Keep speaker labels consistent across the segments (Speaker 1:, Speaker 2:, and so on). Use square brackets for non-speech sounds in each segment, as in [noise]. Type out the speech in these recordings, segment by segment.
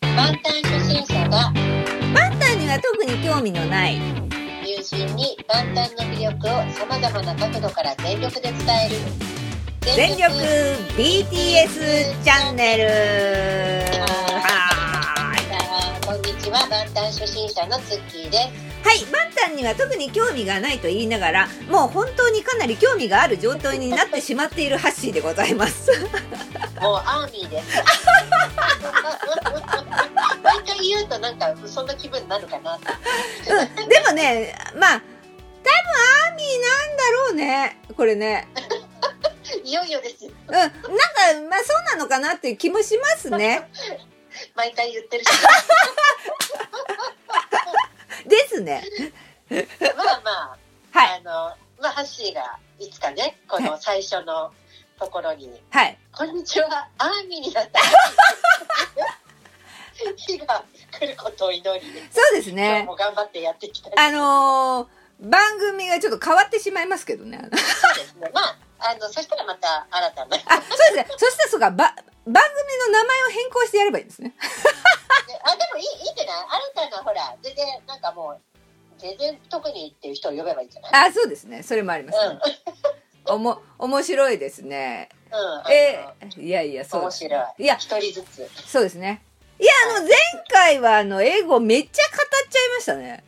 Speaker 1: 満タン初心者が
Speaker 2: バンタンには特に興味のない
Speaker 1: 友人に万端の魅力をさまざまな角度から全力で伝える
Speaker 2: 全力 BTS チャンネルはーい
Speaker 1: こんにちは万端初心者のツッキーです
Speaker 2: はいバンタンには特に興味がないと言いながらもう本当にかなり興味がある状態になってしまっているハッシーでございます [laughs]
Speaker 1: もうアーミーです毎回言うとなんかそんな気分になるかなって
Speaker 2: うんでもねまあ多分アーミーなんだろうねこれね
Speaker 1: いよいよですよ
Speaker 2: うんなんかまあそうなのかなっていう気もしますね
Speaker 1: 毎回言
Speaker 2: [laughs]
Speaker 1: ってるし
Speaker 2: ですね
Speaker 1: まあまあ
Speaker 2: は
Speaker 1: あ
Speaker 2: い
Speaker 1: のまあハッシーがいつかねこの最初のところに
Speaker 2: はい
Speaker 1: 「こんにちはアーミーになった」日が来ることを祈り
Speaker 2: そうです
Speaker 1: 今日
Speaker 2: ね
Speaker 1: も頑張ってやっていきたい
Speaker 2: あのー番組がちょっと変わってしまいますけどね
Speaker 1: そうですねまああのそしたらまた新たなで
Speaker 2: あ、そ
Speaker 1: [laughs]
Speaker 2: うですね。そしたらそうか、ば、番組の名前を変更してやればいいんですね。
Speaker 1: あでもいいいいんじゃない新たなほら全然なんかもう全然特にっていう人を呼べばいいんじゃない
Speaker 2: あ、そうですね。それもあります、
Speaker 1: うん
Speaker 2: ね。おも、面白いですね。
Speaker 1: うんあの
Speaker 2: えーいやいや、そう。
Speaker 1: 面白い
Speaker 2: いや、
Speaker 1: 一人ずつ
Speaker 2: そうですね。いや、あの、前回は、あの、英語めっちゃ語っちゃいましたね。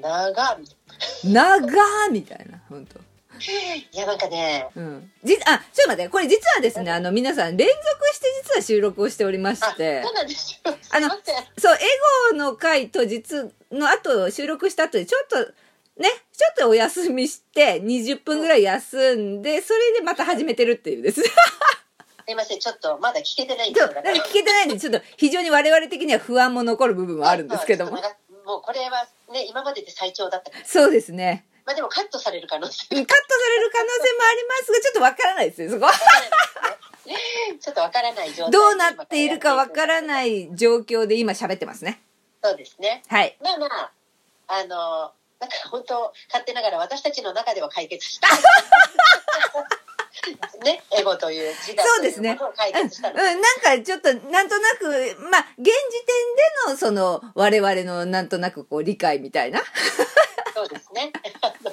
Speaker 1: 長み
Speaker 2: 長ーみたいな、本当
Speaker 1: いやなんかね
Speaker 2: うん。じ、あ、ちょっと待って、これ実はですね、あの、皆さん連続して実は収録をしておりま
Speaker 1: あ
Speaker 2: し
Speaker 1: そう
Speaker 2: て。
Speaker 1: なんですよす
Speaker 2: あ
Speaker 1: い
Speaker 2: の
Speaker 1: ません
Speaker 2: そう、エゴの回と実の後、収録した後で、ちょっと、ね、ちょっとお休みして、20分ぐらい休んで、それでまた始めてるっていう [laughs] ですね。
Speaker 1: すいませんちょっとまだ聞けてないんで
Speaker 2: ち
Speaker 1: すよ
Speaker 2: ょ
Speaker 1: だ
Speaker 2: っとなん
Speaker 1: か
Speaker 2: から聞けてないんで、ちょっと非常に我々的には不安も残る部分もあるんですけど
Speaker 1: そ
Speaker 2: も
Speaker 1: う。ですねもうこれはね今までで最長だったから
Speaker 2: そうですね。
Speaker 1: まあでもカットされる可能性
Speaker 2: カットされる可能性もありますが、ちょっとわからないですね、そこは。 [laughs]
Speaker 1: ちょっとわからない状態
Speaker 2: どうなっているかわかららない状況で今喋ってますね。
Speaker 1: そうですね
Speaker 2: はい。
Speaker 1: まあまああのなんか本当勝手ながら私たちの中では解決
Speaker 2: [laughs]
Speaker 1: したねエゴという自
Speaker 2: そう
Speaker 1: 我と
Speaker 2: で
Speaker 1: い
Speaker 2: す
Speaker 1: う
Speaker 2: ね
Speaker 1: ものを解
Speaker 2: うん、うん
Speaker 1: 決したの、
Speaker 2: なんかちょっとなんとなく、まあ、現時点でのその我々のなんとなくこう理解みたいな。
Speaker 1: そうですねあの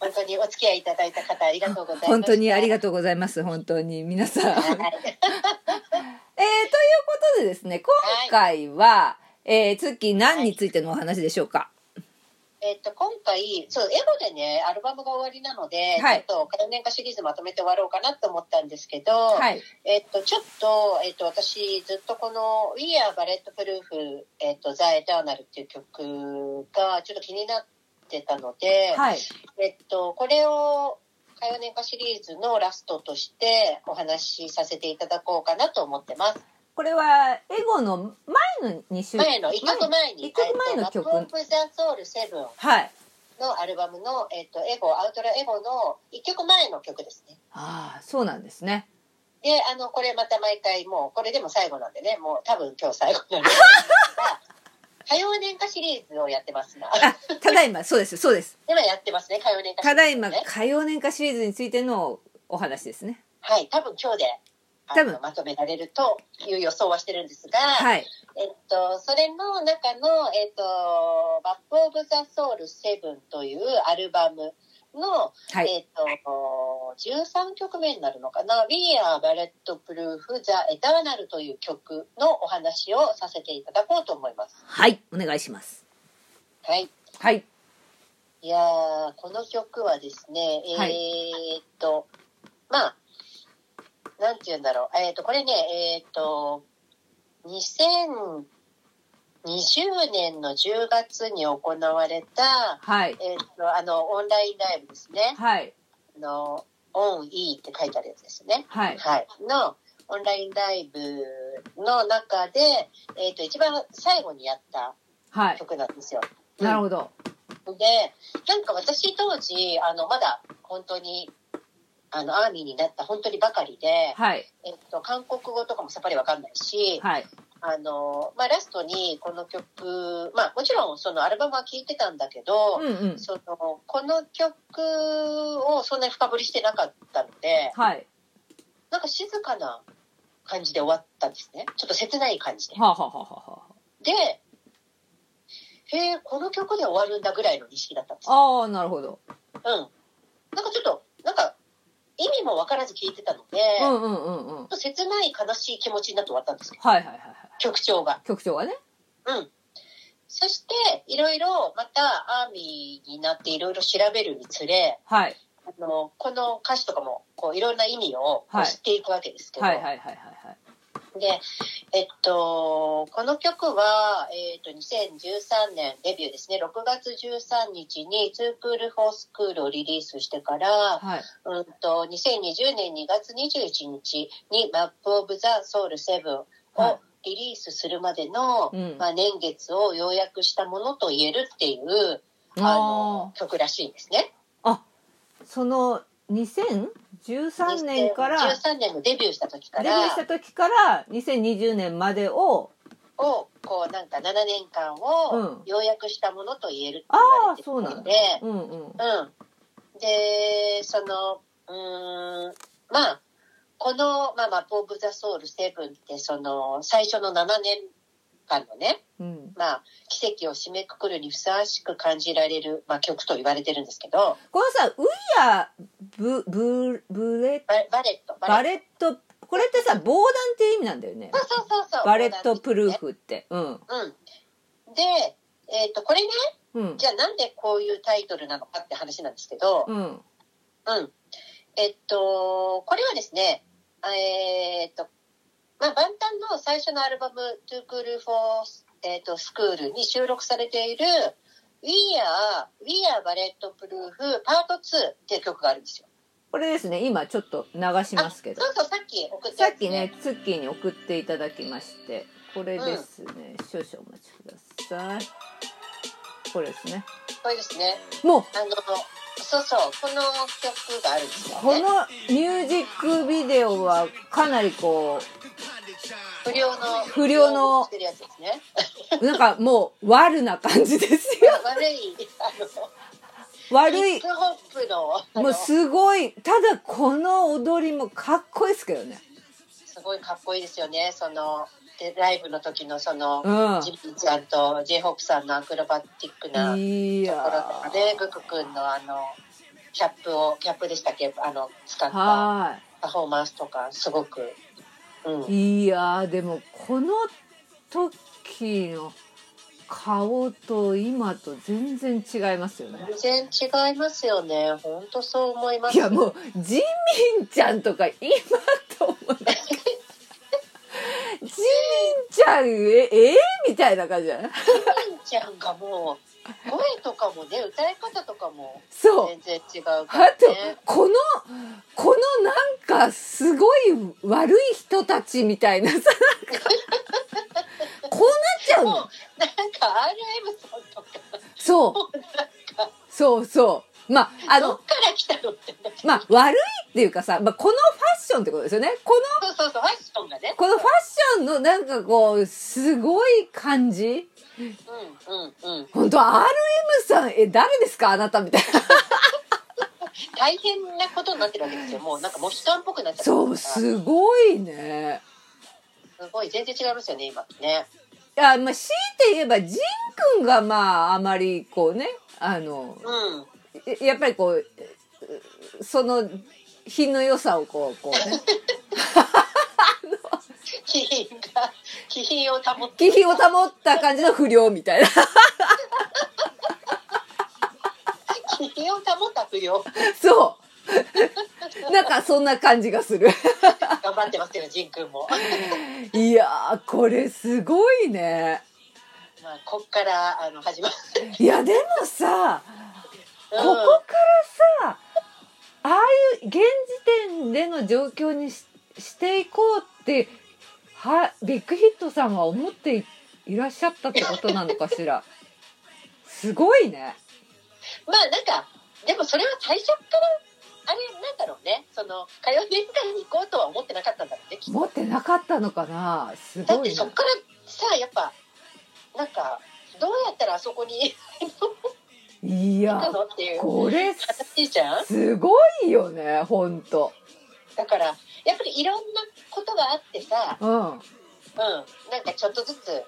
Speaker 1: 本当にお付き合いいただいた方ありがとうございます
Speaker 2: 本当にありが
Speaker 1: と
Speaker 2: とうございます。本当に皆さん。えー、という
Speaker 1: はい、
Speaker 2: ことでですね、今回は、えー、月何についてのお話でしょうか。
Speaker 1: えっと今回そうエゴでねアルバムが終わりなので、
Speaker 2: はい
Speaker 1: ちょっと関連歌シリーズまとめて終わろうかなと思ったんですけど、
Speaker 2: はい。
Speaker 1: えっと、ちょっと、えっと、私、ずっとこの We Are Ballet Proof, えっと、ザ・エターナルっていう曲がちょっと気になってたので、
Speaker 2: はい。
Speaker 1: えっと、これを、かよねかシリーズのラストとしてお話しさせていただこうかなと思ってます。
Speaker 2: これは、エゴの前の2週
Speaker 1: 前の、一曲前に、
Speaker 2: 一曲前の曲
Speaker 1: えっとラップオブ・ザ・ソウル7
Speaker 2: はい。
Speaker 1: のアルバムの、えっと、エゴ、アウトラエゴの一曲前の曲ですね。
Speaker 2: ああ、そうなんですね。
Speaker 1: で、あの、これまた毎回、もう、これでも最後なんでね、もう多分今日最後
Speaker 2: [laughs]
Speaker 1: なんですが、火曜年歌シリーズをやってますが、
Speaker 2: あ、ただいま、そうです、そうです。
Speaker 1: 今やってますね、火曜年歌シリー
Speaker 2: た
Speaker 1: ズ、ね。
Speaker 2: だいま、火曜年間シリーズについてのお話ですね。
Speaker 1: はい、多分今日で、あ
Speaker 2: 多
Speaker 1: の
Speaker 2: 分
Speaker 1: まとめられるという予想はしてるんですが、
Speaker 2: はい。
Speaker 1: えっと、それの中の、えっと、バップ・オブ・ザ・ソウル7というアルバムの、
Speaker 2: はい。
Speaker 1: えっと、13曲目になるのかな、We Are Ballet Proof The Eternal という曲のお話をさせていただこうと思います。
Speaker 2: はい、お願いします。
Speaker 1: はい。
Speaker 2: はい。
Speaker 1: いやー、この曲はですね、
Speaker 2: はい
Speaker 1: えーっと、まあ、なんて言うんだろう。えーっと、これね、えーっと、2020年の10月に行われた、
Speaker 2: はい。
Speaker 1: えーっと、あの、オンラインライブですね。
Speaker 2: はい。
Speaker 1: あの、オンイーって書いてあるやつですね。
Speaker 2: はい。
Speaker 1: はい。の、オンラインライブの中で、えーっと、一番最後にやった
Speaker 2: はい。
Speaker 1: 曲なんですよ。
Speaker 2: なるほど。
Speaker 1: で、なんか私当時、あの、まだ本当に、あの、アーミーになった本当にばかりで、
Speaker 2: はい。
Speaker 1: えっと、韓国語とかもさっぱりわかんないし、
Speaker 2: はい。
Speaker 1: あの、まあ、ラストにこの曲、まあ、もちろんそのアルバムは聴いてたんだけど、
Speaker 2: うんうん。
Speaker 1: その、この曲をそんなに深掘りしてなかったので、
Speaker 2: はい。
Speaker 1: なんか静かな感じで終わったんですね。ちょっと切ない感じで。
Speaker 2: はあ、はあはあはあは
Speaker 1: で、へえ、この曲で終わるんだぐらいの認識だったんです。
Speaker 2: あ、ああ、なるほど。
Speaker 1: うん。なんかちょっと、なんか、意味もわからず聞いてたので、
Speaker 2: う
Speaker 1: ちょ
Speaker 2: んうんうんうん。は
Speaker 1: っと切ない悲しい気持ちになって終わったんですよ。
Speaker 2: いはいはいはい。
Speaker 1: 曲調が。
Speaker 2: 局長がね。
Speaker 1: うん。そして、いろいろ、また、アーミーになっていろいろ調べるにつれ、
Speaker 2: はい。
Speaker 1: あの、この歌詞とかも、こう、いろんな意味を
Speaker 2: はい
Speaker 1: 知っていくわけですけど、
Speaker 2: はいはいはいはいはい。
Speaker 1: で、えっと、この曲は、えっと、2013年デビューですね、6月13日に、ツークールフォースクールをリリースしてから、
Speaker 2: はい。
Speaker 1: うんと、2020年2月21日に、マップオブザソウルセブンを
Speaker 2: はい
Speaker 1: リリースするまでの、
Speaker 2: うん
Speaker 1: まあ、年月を要約したものと言えるっていう、あ
Speaker 2: あ
Speaker 1: の、曲らしいんですね。
Speaker 2: あ、その2013年からデ
Speaker 1: 13年のデビューした時か
Speaker 2: ビュ
Speaker 1: ら、
Speaker 2: ーした時から2020年までを、
Speaker 1: をこうなんか7年間
Speaker 2: うん
Speaker 1: を要約したものと言えるって
Speaker 2: あ
Speaker 1: 言わ
Speaker 2: あ
Speaker 1: れ、て
Speaker 2: そう
Speaker 1: る
Speaker 2: なん
Speaker 1: の
Speaker 2: だ
Speaker 1: で、。
Speaker 2: うんうん。
Speaker 1: うん、でそのうーんまあこの「まあ、マップ・オブ・ザ・ソウル7」ってその最初の7年間のね、
Speaker 2: うん、
Speaker 1: まあ、奇跡を締めくくるにふさわしく感じられる、まあ、曲と言われてるんですけど
Speaker 2: このさ、ウイヤーブ、ブ、ブレ、
Speaker 1: ババレット
Speaker 2: バ
Speaker 1: ッ
Speaker 2: レット、これってさ、防弾って意味なんだよね
Speaker 1: ト。そうそうそうそう
Speaker 2: バレットプルーフって。うん。
Speaker 1: うんで、えっとこれね
Speaker 2: うん。
Speaker 1: じゃあなんでこういうタイトルなのかって話なんですけど、
Speaker 2: うん。
Speaker 1: うん。えっと、これはですね、えーっと、まあ、バンタンの最初のアルバム、トゥークールフォース、えっと、スクールに収録されている、We Are, We Are Ballet Proof Part 2っていう曲があるんですよ。
Speaker 2: これですね、今ちょっと流しますけど
Speaker 1: そ。うそう、さっき送った
Speaker 2: さ
Speaker 1: や
Speaker 2: っ
Speaker 1: つ
Speaker 2: きね、ツッキーに送っていただきまして、これですね、少々お待ちください。これですね。
Speaker 1: これですね。
Speaker 2: もう、
Speaker 1: あの、そうそう、この曲があるんですよ、
Speaker 2: こ
Speaker 1: ね。
Speaker 2: のミュージックビデオはかなりこ
Speaker 1: 不良の。
Speaker 2: 不良の
Speaker 1: してるやつですね。
Speaker 2: う、なんかもう悪な感じです
Speaker 1: [laughs]
Speaker 2: よ。
Speaker 1: 悪い、あの、
Speaker 2: 悪
Speaker 1: ヒッ
Speaker 2: い。
Speaker 1: プホップの、あ
Speaker 2: もう
Speaker 1: の、
Speaker 2: すごい。ただこの踊りもかっこいいですけどね。
Speaker 1: すごいかっこいいですよね。そのでライブの時のその、
Speaker 2: うん
Speaker 1: ジミーちゃんと J ホープさんのアクロバティックなとこ
Speaker 2: い
Speaker 1: ろと
Speaker 2: や
Speaker 1: かで、グク君のあのキャップをキャップでしたっけあの使っ
Speaker 2: ー。
Speaker 1: た
Speaker 2: は
Speaker 1: パフォーマンスとかすごく、うん、
Speaker 2: ーい。いやー、でもこの時の顔と今と全然違いますよね。
Speaker 1: 全然違いますよね。本当そう思いま
Speaker 2: い
Speaker 1: す。
Speaker 2: やもうジミンちゃんとか今と思うジミンちゃんえ [laughs] えみたいな感じじゃない
Speaker 1: ジミーちゃんがもう声とかもね歌い方とかも
Speaker 2: そう
Speaker 1: 全然違うからね。
Speaker 2: あとこのこのなんかすごい悪い人たちみたいなさなんかこうなっちゃう
Speaker 1: もう
Speaker 2: の
Speaker 1: なんか RM さんとか
Speaker 2: そうそうそうまああ
Speaker 1: どっ
Speaker 2: の
Speaker 1: から来たのってなって
Speaker 2: まあ悪いっていうかさ、まあ、このファッションってことですよねこの
Speaker 1: そうそうそうファッションがね。
Speaker 2: このファッションのなんかこうすごい感じ
Speaker 1: うんうんうん。
Speaker 2: 本当 RM さんえ誰ですかあなたみたいな [laughs]
Speaker 1: 大変なことになってるわけですよ。もうなんかモヒカンっぽくなっちゃってる
Speaker 2: そ
Speaker 1: か
Speaker 2: う
Speaker 1: ら
Speaker 2: すごいね
Speaker 1: すごい全然違いますよね今ね。
Speaker 2: いやまあ強いて言えばジンくんがまああまりこうねあの
Speaker 1: うん。
Speaker 2: ややっぱりこううその品の良さをこうこうね
Speaker 1: 気品が気品を保って
Speaker 2: 気品を保った感じの不良みたいな [laughs]
Speaker 1: 気品を保った不良
Speaker 2: そうなんかそんな感じがする
Speaker 1: 頑張ってますけどジン君も。
Speaker 2: いやーこれすごいね
Speaker 1: まあこっからあの始まる。
Speaker 2: いやでもさ
Speaker 1: う
Speaker 2: こ
Speaker 1: ん
Speaker 2: こからさああいう現時点での状況にししていこうってはビッグヒットさんは思っていいらっしゃったってことなのかしらすごいね
Speaker 1: まあなんかでもそれは最初からあれなんだろうね。その火曜年代に行こうとは思ってなかったんだろうね。きっと
Speaker 2: 持ってなかったのかなす
Speaker 1: だっ
Speaker 2: ご
Speaker 1: て
Speaker 2: い
Speaker 1: そっ
Speaker 2: ね
Speaker 1: からさやっぱなんかどうやったらあそこに
Speaker 2: い
Speaker 1: 行く
Speaker 2: や
Speaker 1: のっていう
Speaker 2: これ
Speaker 1: 話じゃん。
Speaker 2: すごいよねほんと
Speaker 1: だからやっぱりいろんなことがあってさ、
Speaker 2: うん
Speaker 1: うん、なんかちょっとずつ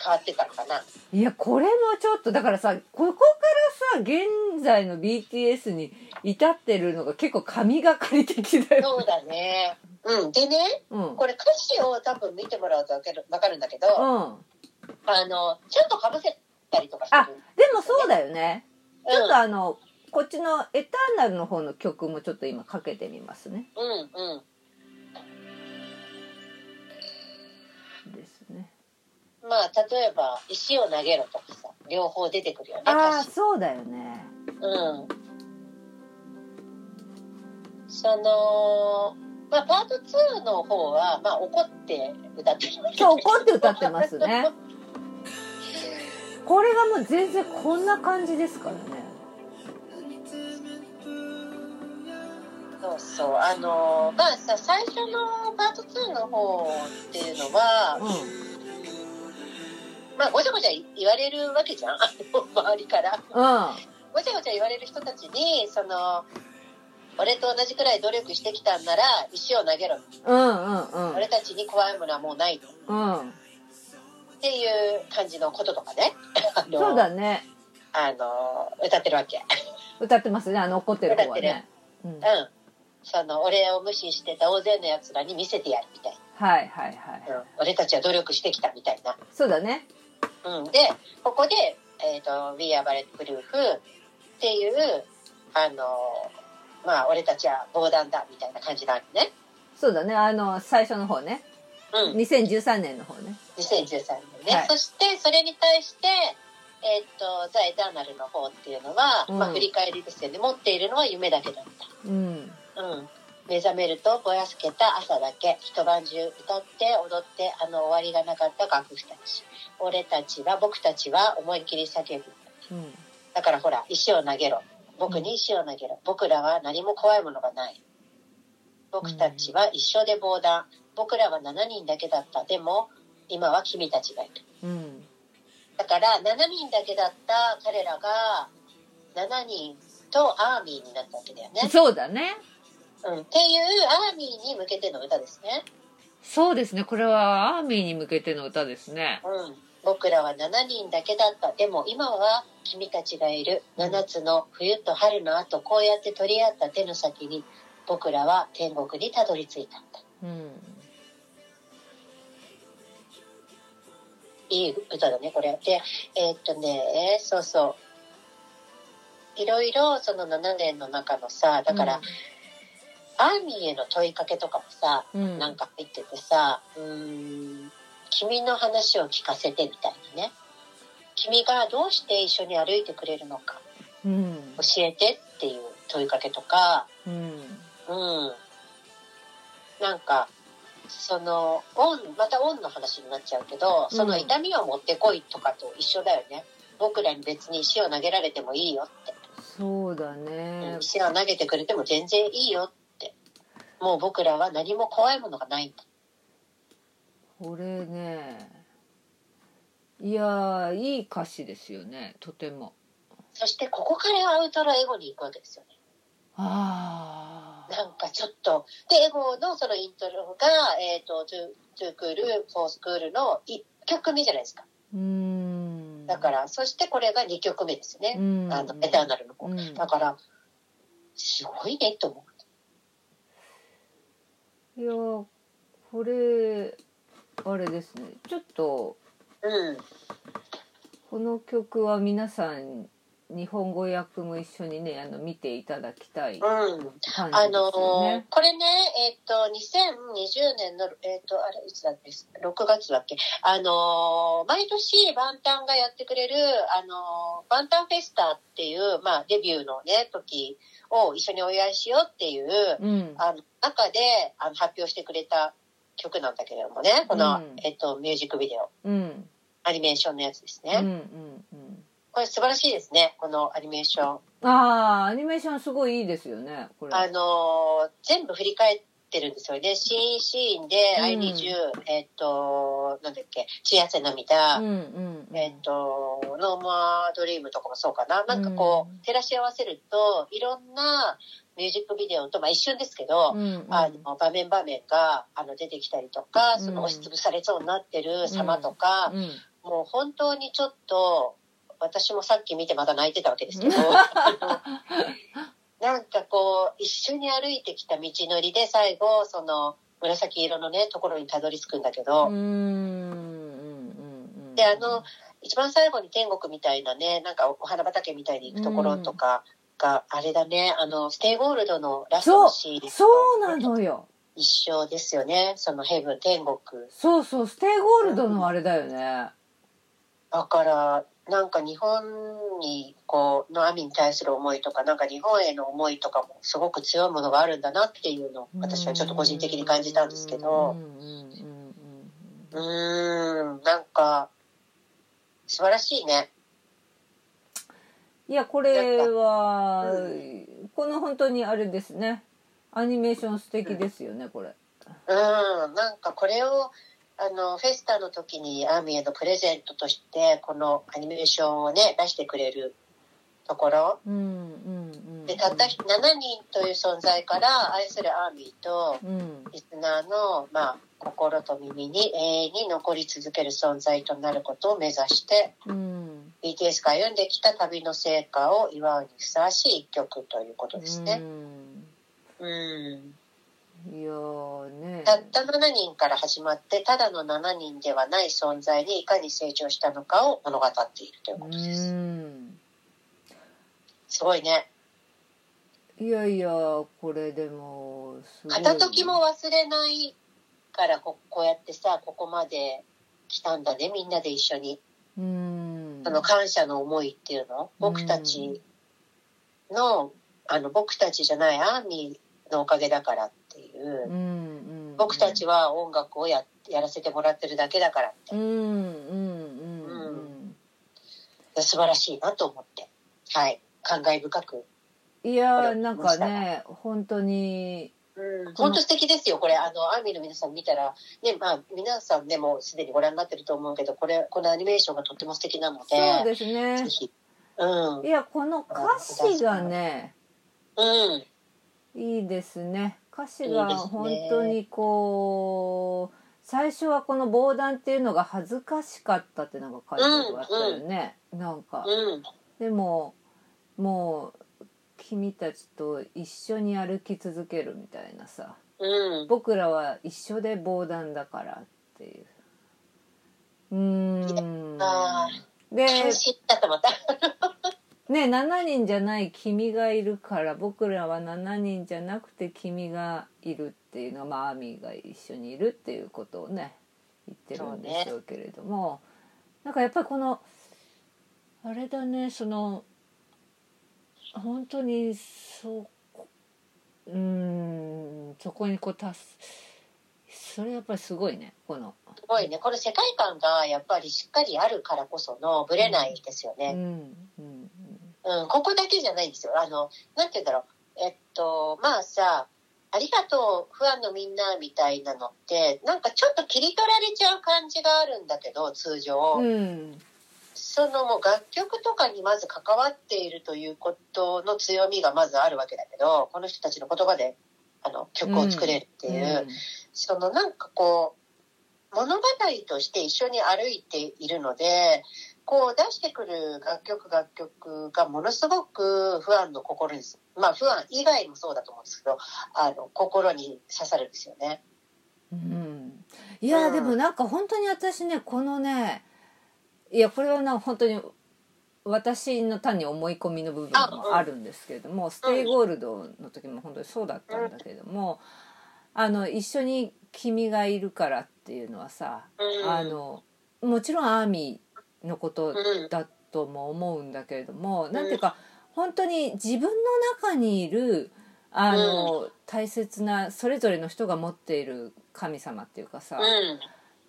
Speaker 1: 変わってたのかな。
Speaker 2: いや、これもちょっと、だからさ、ここからさ、現在の BTS に至ってるのが結構神がかり的 [laughs] だよ。
Speaker 1: そうだね。 [laughs] うん、でね、
Speaker 2: うん。うん。
Speaker 1: これ歌詞を多分見てもらうとわかるわかるんだけど、あの、ちょっとかぶせたりとかしてる。
Speaker 2: でもそうだよね。ちょっ
Speaker 1: う
Speaker 2: とあの、こっちのエターナルの方の曲もちょっと今かけてみますね。
Speaker 1: ん、うん、うん。
Speaker 2: ですね。
Speaker 1: まあ、例えば、石を投げろとかさ、両方出てくるよね、
Speaker 2: ああ、
Speaker 1: 歌詞。
Speaker 2: そうだよね。
Speaker 1: うん。その、まあ、パート2の方は、まあ、怒って歌ってる
Speaker 2: そう、怒って歌ってますね。これがもう全然こんな感じですからね。
Speaker 1: そうそう。あの、まあさ、最初のパート2の方っていうのは、
Speaker 2: う
Speaker 1: まあ、ごちゃごちゃ言われるわけじゃん。あの、周りから。
Speaker 2: ん。うん。
Speaker 1: ごちゃごちゃ言われる人たちに、その、俺と同じくらい努力してきたんなら、石を投げろ。
Speaker 2: うんうんうん。
Speaker 1: 俺たちに怖いものはもうない。っ
Speaker 2: うん。
Speaker 1: ていう感じのこととかね。あの
Speaker 2: そうだね。
Speaker 1: あの、歌ってるわけ。
Speaker 2: 歌ってますね、あの怒ってる方はね。うん
Speaker 1: う。ん。その、俺を無視してた大勢の奴らに見せてやるみたい
Speaker 2: はいはいはい。
Speaker 1: な。うん。俺たちは努力してきたみたいな。
Speaker 2: そうだね。
Speaker 1: うん。で、ここで、えっ、と、We are Bulletproof っていう、あの、まあ、俺たちは防弾だみたいな感じなのね。
Speaker 2: そうだね。あの、最初の方ね。
Speaker 1: うん。
Speaker 2: 2013年の方ね。
Speaker 1: 2013年ね、
Speaker 2: はい
Speaker 1: そしてそれに対して、えっとザ・エターナルの方っていうのは、
Speaker 2: うん
Speaker 1: まあ、振り返りですよね持っているのは夢だけだっ
Speaker 2: うん。
Speaker 1: た、うん、目覚めるとぼやすけた朝だけ一晩中歌って踊ってあの終わりがなかった楽譜たち俺たちは僕たちは思いっきり叫ぶ
Speaker 2: うん。
Speaker 1: だからほら石を投げろ僕に石を投げろ僕らは何も怖いものがない僕たちは一緒で防弾僕らは7人だけだったでも今は君たちがいる
Speaker 2: うん。
Speaker 1: だから7人だけだった彼らが7人とアーミーになったわけだよね。
Speaker 2: そうだね。
Speaker 1: うん、っていうアーミーに向けての歌ですね。
Speaker 2: そうですね。これはアーミーに向けての歌ですね。
Speaker 1: うん、僕らは7人だけだった。でも今は君たちがいる7つの冬と春の後こうやって取り合った手の先に僕らは天国にたどり着いたんだ。
Speaker 2: うん。
Speaker 1: いい歌だね、これ。で、えーっとね、そうそう。いろいろその7年の中のさ、だから、アーミーへの問いかけとかもさ、
Speaker 2: うん、うん。
Speaker 1: なんか入っててさ、うーん、君の話を聞かせてみたいなね。君がどうして一緒に歩いてくれるのか
Speaker 2: うん。
Speaker 1: 教えてっていう問いかけとか、
Speaker 2: うん。
Speaker 1: うん。なんか、その、オン、またオンの話になっちゃうけど、その痛みを持ってこいとかと一緒だよね。僕らに別に石を投げられてもいいよって。
Speaker 2: そうだね。
Speaker 1: 石を投げてくれても全然いいよって。もう僕らは何も怖いものがないんだ。
Speaker 2: これね。いやー、いい歌詞ですよね。とても。
Speaker 1: そしてここからアウトロエゴに行くわけですよね。
Speaker 2: ああ。
Speaker 1: なんかちょっと。で、エゴのそのイントロが、えっ、と、トゥ、トゥクール、フォースクールの1曲目じゃないですか。
Speaker 2: うん。
Speaker 1: だから、そしてこれが2曲目ですよ
Speaker 2: う
Speaker 1: ね。
Speaker 2: ん、
Speaker 1: あの、エターナルの方。
Speaker 2: うん
Speaker 1: だから、すごいねと思う。
Speaker 2: いやーこれあれですねちょっと
Speaker 1: うん。
Speaker 2: この曲は皆さん日本語訳も一緒にねあの見ていただきたい感
Speaker 1: うん。
Speaker 2: じですよね。
Speaker 1: あのーこれね、えっ、と、2020年の、えっ、と、あれ、いつだっけ、6月だっけ、あのー毎年、バンタンがやってくれる、あのーバンタンフェスタっていう、まあ、デビューのね、時を一緒にお祝いしようっていう、
Speaker 2: うん、
Speaker 1: あの、中で、あの、発表してくれた曲なんだけれどもね、この、
Speaker 2: うん
Speaker 1: えっ、と、ミュージックビデオ、
Speaker 2: うん、
Speaker 1: アニメーションのやつです
Speaker 2: うん、う
Speaker 1: ね。
Speaker 2: ん、うん。
Speaker 1: これ素晴らしいですね、このアニメーション。
Speaker 2: ああ、アニメーションすごいいいですよね。これ。
Speaker 1: あのー全部振り返っってるんですよね。新シーンで
Speaker 2: うん
Speaker 1: I need you、えっと、なんだっけ、幸せ涙、
Speaker 2: うんうんうん
Speaker 1: えっと、ノーマードリームとかもそうかな。なんかこう、照らし合わせると、いろんなミュージックビデオと、まあ一瞬ですけど、
Speaker 2: うんうん
Speaker 1: あの場面場面があの出てきたりとか、そ
Speaker 2: うん
Speaker 1: の押しつぶされそうになってる様とか、
Speaker 2: うん
Speaker 1: もう本当にちょっと私もさっき見てまた泣いてたわけです
Speaker 2: [laughs]
Speaker 1: けどなんかこう一緒に歩いてきた道のりで最後その紫色のねところにたどり着くんだけど、
Speaker 2: うんうんうん
Speaker 1: であの一番最後に天国みたいなねなんかお花畑みたいに行くところとかが、あれだねあのステイゴールドのラストのシーン
Speaker 2: そうなのよ
Speaker 1: 一緒ですよねそのヘブン天国
Speaker 2: そうそうステイゴールドのあれだよね
Speaker 1: だからなんか日本にこうのアミに対する思いとかなんか日本への思いとかもすごく強いものがあるんだなっていうのを私はちょっと個人的に感じたんですけ
Speaker 2: う
Speaker 1: ど
Speaker 2: んうん
Speaker 1: う
Speaker 2: うんうん
Speaker 1: ーんなんか素晴らしいね。
Speaker 2: いやこれは、
Speaker 1: う
Speaker 2: この本当にあれですねアニメーション素敵ですよね、これ
Speaker 1: うんなんかこれをあのフェスタの時にアーミーへのプレゼントとしてこのアニメーションをね出してくれるところ
Speaker 2: うんうんうん
Speaker 1: でたった7人という存在から愛するアーミーと
Speaker 2: うん
Speaker 1: リスナーの、まあ、心と耳に永遠に残り続ける存在となることを目指して
Speaker 2: うん、
Speaker 1: BTS が歩んできた旅の成果を祝うにふさわしい一曲ということですね。うん、
Speaker 2: うんいやーね
Speaker 1: たった7人から始まってただの7人ではない存在にいかに成長したのかを物語っているという
Speaker 2: う
Speaker 1: ことです。
Speaker 2: ん
Speaker 1: すごいね。
Speaker 2: いやいやこれでもすごい
Speaker 1: 片時も忘れないからここうやってさここまで来たんだねみんなで一緒に。
Speaker 2: うん
Speaker 1: その感謝の思いっていうの僕たちの,、あの僕たちじゃないアーミーのおかげだからっていう、
Speaker 2: うんうん
Speaker 1: 僕たちは音楽をややらせてもらってるだけだからって
Speaker 2: うんうんうんうん
Speaker 1: 素晴らしいなと思ってはい感慨深く、
Speaker 2: いやーなんかね本当に
Speaker 1: うん、本当素敵ですよこれあのアーミーの皆さん見たら、ねまあ、皆さんでもうすでにご覧になってると思うけどこれこのアニメーションがとっても素敵なので
Speaker 2: そうですね
Speaker 1: ぜひうんうん
Speaker 2: いやこの歌詞がねいいですね歌詞が本当にこう最初はこの防弾っていうのが恥ずかしかったってなんか書いてあったよね、なんか
Speaker 1: うん
Speaker 2: でももう君たちと一緒に歩き続けるみたいなさ
Speaker 1: うん
Speaker 2: 僕らは一緒で防弾だからっていううーん
Speaker 1: あ
Speaker 2: で
Speaker 1: 楽しいだとまた
Speaker 2: ね7人じゃない君がいるから僕らは7人じゃなくて君がいるっていうのは、まあ、アーミーが一緒にいるっていうことをね言ってるんでしょうけれども、なんかやっぱりこのあれだねその本当にそううーんそこにこう達すそれやっぱりすごいねこの。
Speaker 1: すごいね。この世界観がやっぱりしっかりあるからこそのブレないですよ
Speaker 2: う
Speaker 1: ね。
Speaker 2: んうん
Speaker 1: うん、ここだけじゃないんですよ。あの、なんて言うんだろう。えっと、まあさ、ありがとう、ファンのみんなみたいなのって、なんかちょっと切り取られちゃう感じがあるんだけど、通常。
Speaker 2: うん
Speaker 1: そのもう楽曲とかにまず関わっているということの強みがまずあるわけだけど、この人たちの言葉で、あの、曲を作れるっていう。そのなんかこう物語として一緒に歩いているのでこう出してくる楽曲楽曲がものすごくファンの心にまあファン以外もそうだと思うんですけどあの心に刺さるんですよね。
Speaker 2: うんいや、
Speaker 1: うん
Speaker 2: でもなんか本当に私ねこのねいやこれはな本当に私の単に思い込みの部分もあるんですけれども、ステイゴールドの時も本当にそうだったんだけれども、あの一緒に「君がいるから」っていうのはさ、
Speaker 1: うん
Speaker 2: あのもちろんアーミーのこと
Speaker 1: うん
Speaker 2: だとも思うんだけれども、なんていうか本当に自分の中にいるあの、大切なそれぞれの人が持っている神様っていうかさ、
Speaker 1: うん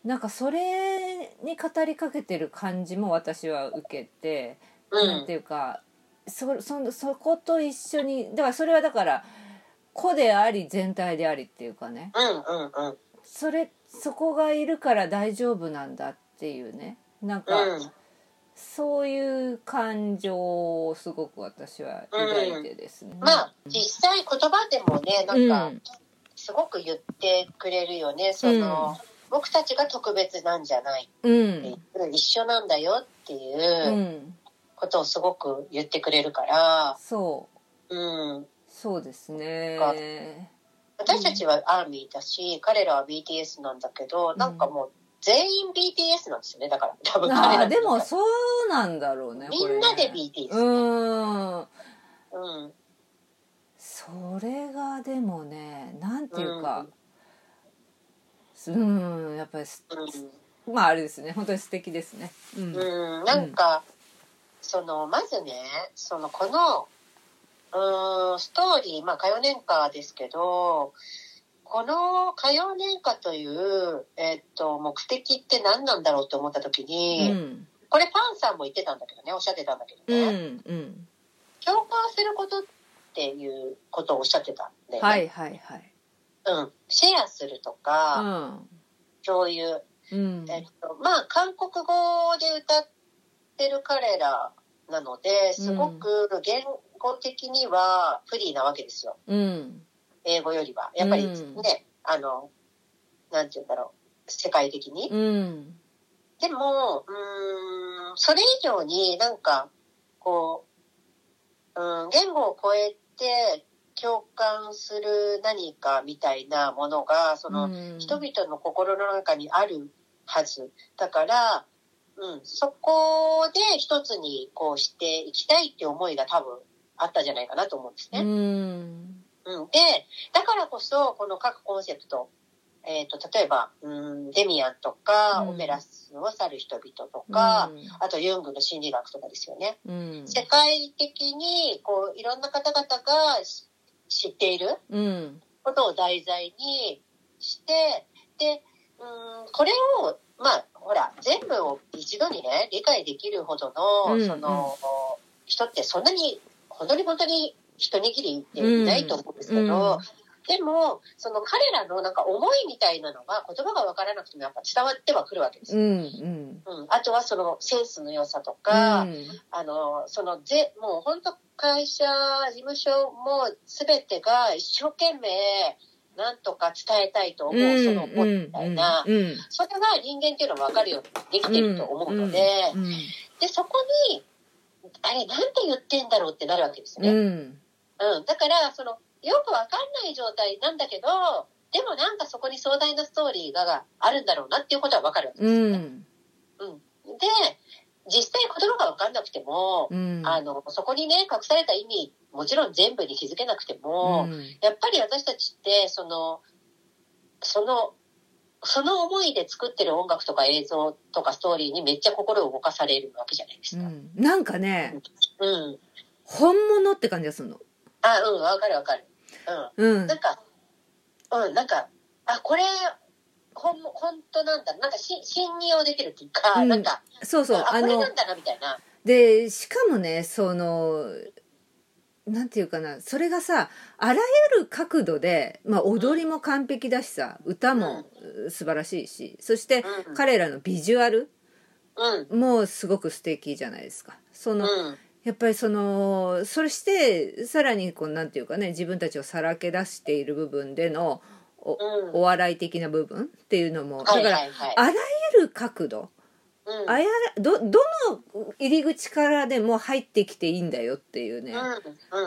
Speaker 2: なんかそれに語りかけてる感じも私は受けて、
Speaker 1: う
Speaker 2: なん
Speaker 1: ん
Speaker 2: ていうかそそそこと一緒にだからそれはだから個であり全体でありっていうかね
Speaker 1: うんうんうん
Speaker 2: それそこがいるから大丈夫なんだっていうねなんか、
Speaker 1: うん
Speaker 2: そういう感情をすごく私は抱いてですね。
Speaker 1: まあ実際言葉でもね
Speaker 2: うん、
Speaker 1: なんかすごく言ってくれるよね、その僕たちが特別なんじゃない
Speaker 2: うん、
Speaker 1: 一緒なんだよって
Speaker 2: う、
Speaker 1: いうんことをすごく言ってくれるから、
Speaker 2: そ
Speaker 1: うん、
Speaker 2: う、そうです
Speaker 1: か
Speaker 2: ね。
Speaker 1: 私たちはアーミーだし彼らは BTS なんだけどなんかもう全員 BTS なんですよねだ
Speaker 2: [laughs]
Speaker 1: から多分彼ら
Speaker 2: ああ、でも
Speaker 1: み
Speaker 2: そうなんだろうね。これ
Speaker 1: ん
Speaker 2: ね
Speaker 1: なで BTS、
Speaker 2: うん。
Speaker 1: うん
Speaker 2: それがでもね、なんていうか、うん、やっぱりす、
Speaker 1: う
Speaker 2: まああれですね、本当に素敵ですね。うん
Speaker 1: ん、うん、なんか、そのまずねそのこのうーんストーリーまあ火曜年歌ですけどこの火曜年歌という、えっと、目的って何なんだろうと思った時に、
Speaker 2: うん、
Speaker 1: これパンさんも言ってたんだけどねおっしゃってたんだけどね、
Speaker 2: うん、うん、
Speaker 1: 共感することっていうことをおっしゃってたんで、
Speaker 2: はい、はい、はい。
Speaker 1: うん、シェアするとか、共有、
Speaker 2: うん、うん、
Speaker 1: えっと、まあ韓国語で歌ってる彼らなのですごく言語的には不利なわけですよ
Speaker 2: うん、
Speaker 1: 英語よりはやっぱりね、
Speaker 2: うん
Speaker 1: あのなんて言うんだろう世界的に、
Speaker 2: うん、
Speaker 1: でもうーんそれ以上になんかこう、うん、言語を超えて共感する何かみたいなものがその、
Speaker 2: うん
Speaker 1: 人々の心の中にあるはずだから、うん、そこで一つにこうしていきたいって思いが多分あったんじゃないかなと思うんです
Speaker 2: う
Speaker 1: ね。う
Speaker 2: ん
Speaker 1: ん、でだからこそこの各コンセプト、えー、と例えば、うん、デミアンとか、
Speaker 2: うん
Speaker 1: オペラスを去る人々とか、あとユングの心理学とかですよね。
Speaker 2: うん
Speaker 1: 世界的にこういろんな方々がし知っている
Speaker 2: うん
Speaker 1: ことを題材にしてでうーんこれをまあほら全部を一度にね理解できるほどの、
Speaker 2: うん
Speaker 1: その人ってそんなに本当に本当に一握りっていないと思うんですけど、でもその彼らのなんか思いみたいなのが言葉が分からなくてもやっぱ伝わってはくるわけです
Speaker 2: う
Speaker 1: よ。
Speaker 2: んうん
Speaker 1: うん、あとはそのセンスの良さとか、
Speaker 2: うん
Speaker 1: あの、そのぜ、もう本当会社、事務所もすべてが一生懸命、なんとか伝えたいと思う、その思いみたいな、
Speaker 2: うんうん
Speaker 1: それが人間っていうのは分かるようにできてると思うので、
Speaker 2: うん
Speaker 1: で、そこに、あれ、なんて言ってんだろうってなるわけです
Speaker 2: う
Speaker 1: ね。
Speaker 2: ん
Speaker 1: うん。だから、その、よく分かんない状態なんだけど、でもなんかそこに壮大なストーリーがあるんだろうなっていうことは分かるわけ
Speaker 2: う
Speaker 1: ですよね。
Speaker 2: ん
Speaker 1: で、実際言葉が分かんなくても、
Speaker 2: うん
Speaker 1: あのそこにね隠された意味もちろん全部に気づけなくても、
Speaker 2: うん
Speaker 1: やっぱり私たちってそのそのその思いで作ってる音楽とか映像とかストーリーにめっちゃ心を動かされるわけじゃないです
Speaker 2: う
Speaker 1: か。
Speaker 2: んなんかね
Speaker 1: うん、
Speaker 2: 本物って感じがするの
Speaker 1: あうんわかるわかる。
Speaker 2: う
Speaker 1: うんん、なんかうんなんかあこれほん本当なんだなんかし信用できるっていうか、
Speaker 2: うん
Speaker 1: なんか
Speaker 2: そうそう
Speaker 1: あ
Speaker 2: あ
Speaker 1: これ
Speaker 2: の
Speaker 1: なんだなみたいな。
Speaker 2: でしかもねそのなんていうかなそれがさあらゆる角度で、まあ、踊りも完璧だしさ歌もう素晴らしいしそして
Speaker 1: うん
Speaker 2: 彼らのビジュアル
Speaker 1: うん
Speaker 2: もうすごく素敵じゃないですかその、
Speaker 1: うん
Speaker 2: やっぱりそのそしてさらにこうなんていうかね自分たちをさらけ出している部分でのお
Speaker 1: うん
Speaker 2: お笑い的な部分っていうのもだ
Speaker 1: は
Speaker 2: か
Speaker 1: い
Speaker 2: ら、
Speaker 1: はいはい。
Speaker 2: あらゆる角度
Speaker 1: うん
Speaker 2: あやらどどの入り口からでも入ってきていいんだよっていうね、
Speaker 1: うん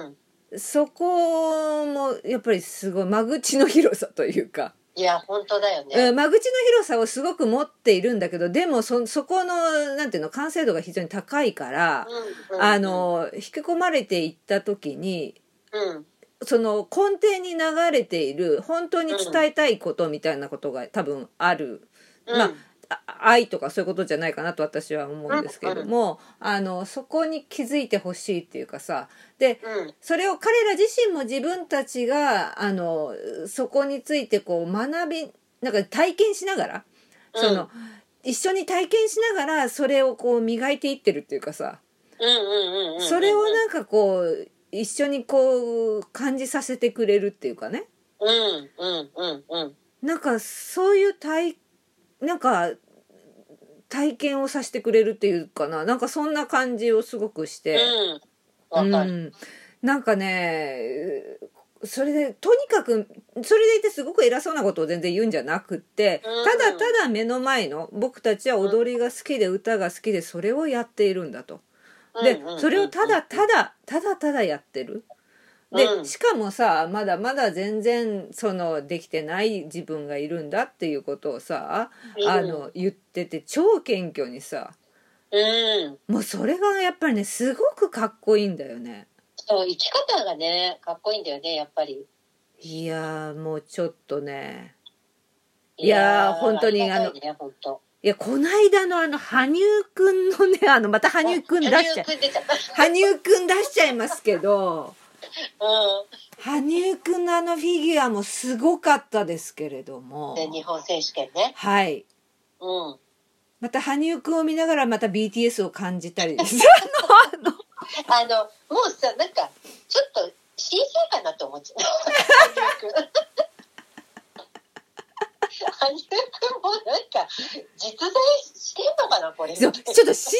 Speaker 1: うん
Speaker 2: そこもやっぱりすごい間口の広さというか、
Speaker 1: いや本当だよ
Speaker 2: う
Speaker 1: ね。
Speaker 2: ん間口の広さをすごく持っているんだけどでもそそこのなんていうの完成度が非常に高いから。
Speaker 1: うんうん
Speaker 2: あ、の引き込まれていった時に
Speaker 1: うん
Speaker 2: その根底に流れている本当に伝えたいことみたいなことが多分ある、
Speaker 1: うん
Speaker 2: まああ愛とかそういうことじゃないかなと私は思うんですけれども、あのそこに気づいてほしいっていうかさで
Speaker 1: うん
Speaker 2: それを彼ら自身も自分たちがあのそこについてこう学びなんか体験しながらその、一緒に体験しながらそれをこう磨いていってるっていうかさ、
Speaker 1: うんうんうんうんうん
Speaker 2: それをなんかこう一緒にこう感じさせてくれるっていうかね
Speaker 1: うんうんうんうん
Speaker 2: なんかそういう体なんか体験をさせてくれるっていうかななんかそんな感じをすごくして、
Speaker 1: うんわか
Speaker 2: う
Speaker 1: る
Speaker 2: ん、なんかねそれでとにかくそれでいてすごく偉そうなことを全然言うんじゃなくって
Speaker 1: うん
Speaker 2: ただただ目の前の僕たちは踊りが好きで歌が好きでそれをやっているんだと。で
Speaker 1: うんうん
Speaker 2: それをただただただただやってる。
Speaker 1: う
Speaker 2: で
Speaker 1: ん
Speaker 2: しかもさまだまだ全然そのできてない自分がいるんだっていうことをさ
Speaker 1: うん
Speaker 2: あの言ってて超謙虚にさ
Speaker 1: うん
Speaker 2: もうそれがやっぱりねすごくかっこいいんだよね。
Speaker 1: そう生き方がねかっこいいんだよねやっぱり
Speaker 2: いやーもうちょっとねいやー本当に
Speaker 1: ありがたいね本当
Speaker 2: いやこないだのあの羽生くんのねあのまた羽生くん出しちゃ
Speaker 1: 羽
Speaker 2: う
Speaker 1: 生くん出ちゃった
Speaker 2: 羽生くん出しちゃいますけど
Speaker 1: う
Speaker 2: [laughs] 羽生くんのあのフィギュアもすごかったですけれども
Speaker 1: んで日本選手権ね
Speaker 2: はい
Speaker 1: うん
Speaker 2: また羽生くんを見ながらまた BTS を感じた [laughs] りです
Speaker 1: あのもうさなんかちょっと CG かなと思っちゃう羽生君もなんか実在してんのかなこれ
Speaker 2: そうちょっと CG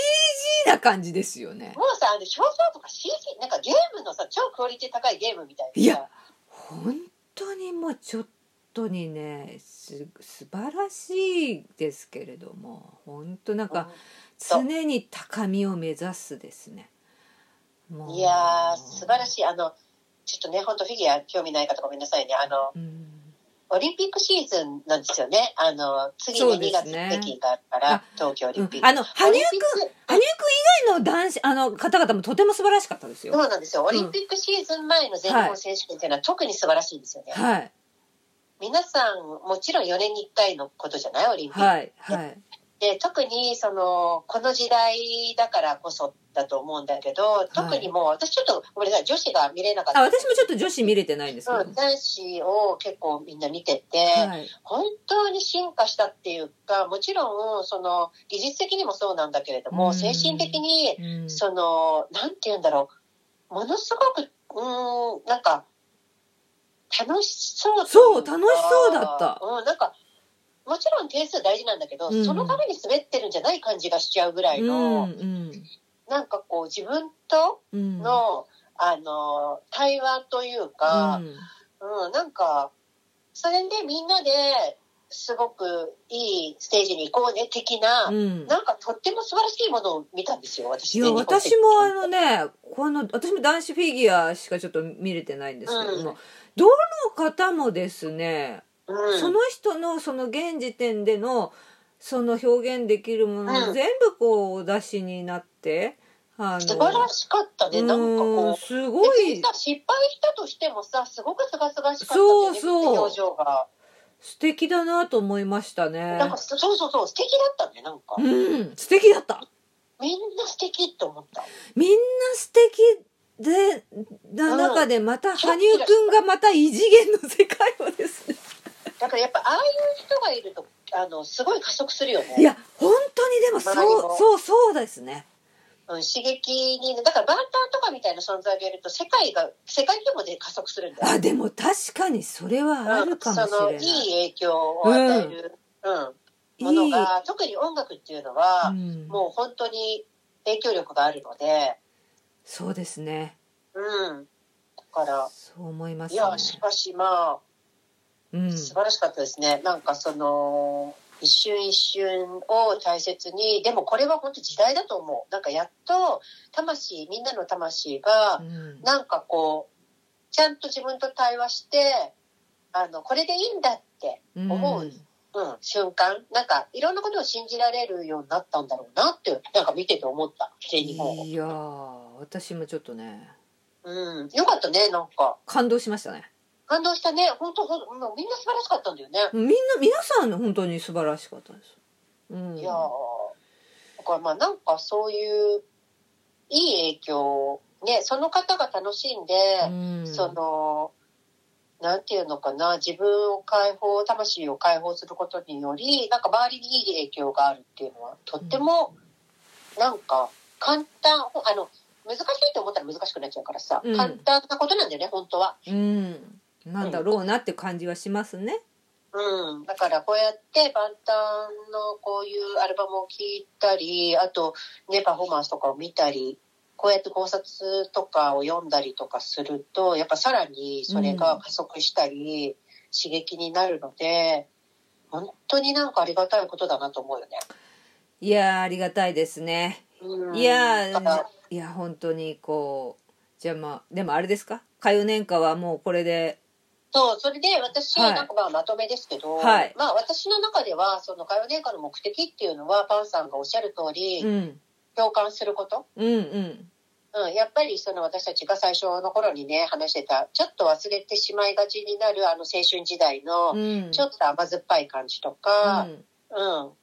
Speaker 2: な感じですよね
Speaker 1: もうさあの表情とか CG なんかゲームのさ超クオリティ高いゲームみたいない
Speaker 2: や本当にもうちょっとにねす素晴らしいですけれども本当なん
Speaker 1: うん
Speaker 2: か常に高みを目指すですねもう
Speaker 1: いやー素晴らしいあのちょっとね本当フィギュア興味ない方ごめんなさいねあの
Speaker 2: うん
Speaker 1: オリンピックシーズンなんですよねあの次に
Speaker 2: そうで
Speaker 1: 2
Speaker 2: す
Speaker 1: 月
Speaker 2: ね
Speaker 1: 北京があるから、
Speaker 2: あ
Speaker 1: 東京オリ
Speaker 2: う
Speaker 1: ン
Speaker 2: ん
Speaker 1: ピック、
Speaker 2: あの羽生
Speaker 1: オ
Speaker 2: くん羽
Speaker 1: リンピック
Speaker 2: 生くん以外の男子あの方々もとても素晴らしかったですよ、
Speaker 1: そうなんですよ。オリンピックシーズン前の全日本選手権っていうのは特に素晴らしいんですよね。
Speaker 2: はい
Speaker 1: 皆さん、もちろん4年に1回のことじゃないオリンピック。
Speaker 2: はいはい
Speaker 1: で、特にその、この時代だからこそだと思うんだけど、特にもう、私ちょっとごめんなさい、女子が見れなかった。
Speaker 2: あ私もちょっと女子見れてないんですけど、
Speaker 1: うん男子を結構みんな見てて、
Speaker 2: はい
Speaker 1: 本当に進化したっていうか、もちろん、その、技術的にもそうなんだけれど
Speaker 2: うん
Speaker 1: も、精神的に
Speaker 2: うん
Speaker 1: その、なんて言うんだろう、ものすごく、うーん、なんか、楽しそうとい
Speaker 2: そう
Speaker 1: か
Speaker 2: 楽しそうだった
Speaker 1: うん、なんか、もちろん点数大事なんだけど、
Speaker 2: うん
Speaker 1: そのために滑ってるんじゃない感じがしちゃうぐらいの、
Speaker 2: うん
Speaker 1: なんかこう、自分と
Speaker 2: うんうん
Speaker 1: の、あの、対話というか、
Speaker 2: うん
Speaker 1: うん、なんか、それでみんなで、すごくいいステージに行こうね、的な、
Speaker 2: うん
Speaker 1: なんかとっても素晴らしいものを見たんですよ、私。
Speaker 2: いや
Speaker 1: 全日本選
Speaker 2: 私
Speaker 1: 手権
Speaker 2: もあのねこの私も男子フィギュアしかちょっと見れてないんですけども、
Speaker 1: う
Speaker 2: どの方もですね、
Speaker 1: うん
Speaker 2: その人のその現時点でのその表現できるもの
Speaker 1: う
Speaker 2: を
Speaker 1: ん
Speaker 2: 全部こうお出しになって、あの
Speaker 1: 素晴らしかったね、なんか
Speaker 2: うん
Speaker 1: こう。
Speaker 2: す
Speaker 1: 別
Speaker 2: ごい
Speaker 1: にさ、失敗したとしてもさ、すごくすがすがしかったね、
Speaker 2: そうそう
Speaker 1: 表情が。
Speaker 2: 素敵だなと思いましたね
Speaker 1: なんか、そうそうそう、素敵だったね、なんか。
Speaker 2: うん素敵だった
Speaker 1: みんな素敵って思った。
Speaker 2: みんな素敵でな
Speaker 1: うん
Speaker 2: 中でまた羽生くんがまた異次元の世界をですね
Speaker 1: だからやっぱ、ああいう人がいると、あの、すごい加速するよね。
Speaker 2: いや本当にでも
Speaker 1: 周り
Speaker 2: そ
Speaker 1: も
Speaker 2: うそうそうですね
Speaker 1: うん、刺激に、だからバンターとかみたいな存在がいると、世界が、世界規模で加速するんだよ。
Speaker 2: あでも確かにそれはあるかもし
Speaker 1: うんその、
Speaker 2: れ
Speaker 1: い
Speaker 2: ない
Speaker 1: い影響を与える、うん、ものが、特に音楽っていうのは、
Speaker 2: うん
Speaker 1: もう本当に影響力があるので、
Speaker 2: そうですね
Speaker 1: うん。だから、
Speaker 2: そう思います
Speaker 1: い
Speaker 2: ね
Speaker 1: や、しかしま
Speaker 2: う
Speaker 1: あ、
Speaker 2: ん
Speaker 1: 素晴らしかったですね。なんかその、一瞬一瞬を大切に、でもこれは本当時代だと思う。なんかやっと、魂、みんなの魂が
Speaker 2: う、ん
Speaker 1: なんかこう、ちゃんと自分と対話して、あの、これでいいんだって、
Speaker 2: うん
Speaker 1: 思ううん、瞬間、なんかいろんなことを信じられるようになったんだろうなって、なんか見てて思った、全日本を。
Speaker 2: いやー私もちょっとね
Speaker 1: うん、よかったね、なんか。
Speaker 2: 感動しましたね
Speaker 1: 感動したね。本当、ほんもうみんな素晴らしかったんだよね。
Speaker 2: みんな皆さん本当に素晴らしかったです、うん、
Speaker 1: いやーだからまあなんかそういういい影響をねその方が楽しんで、
Speaker 2: うん
Speaker 1: そのなんていうのかな自分を解放魂を解放することによりなんか周りにいい影響があるっていうのはとってもなんか簡単ほあの難しいと思ったら難しくなっちゃうからさ、
Speaker 3: うん
Speaker 1: 簡単なことなんだよね本当は。
Speaker 3: うん、なんだろうなって感じはしますね。
Speaker 1: うん、だからこうやって万端のこういうアルバムを聴いたりあとねパフォーマンスとかを見たりこうやって考察とかを読んだりとかするとやっぱさらにそれが加速したり、刺激になるので本当になんかありがたいことだなと思うよね。
Speaker 3: いやーありがたいですね。
Speaker 1: うん
Speaker 3: いや
Speaker 1: だから
Speaker 3: ーいや本当にこうじゃあまあでもあれですか火曜年間はもうこれで
Speaker 1: そうそれで私、
Speaker 3: はい
Speaker 1: なんかまあまとめですけど、
Speaker 3: はい
Speaker 1: まあ、私の中ではその歌謡年間の目的っていうのはパンさんがおっしゃる通り、
Speaker 3: うん
Speaker 1: 共感すること。
Speaker 3: うんうん
Speaker 1: うん、やっぱりその私たちが最初の頃にね話してたちょっと忘れてしまいがちになるあの青春時代の
Speaker 3: うん
Speaker 1: ちょっと甘酸っぱい感じとか、うん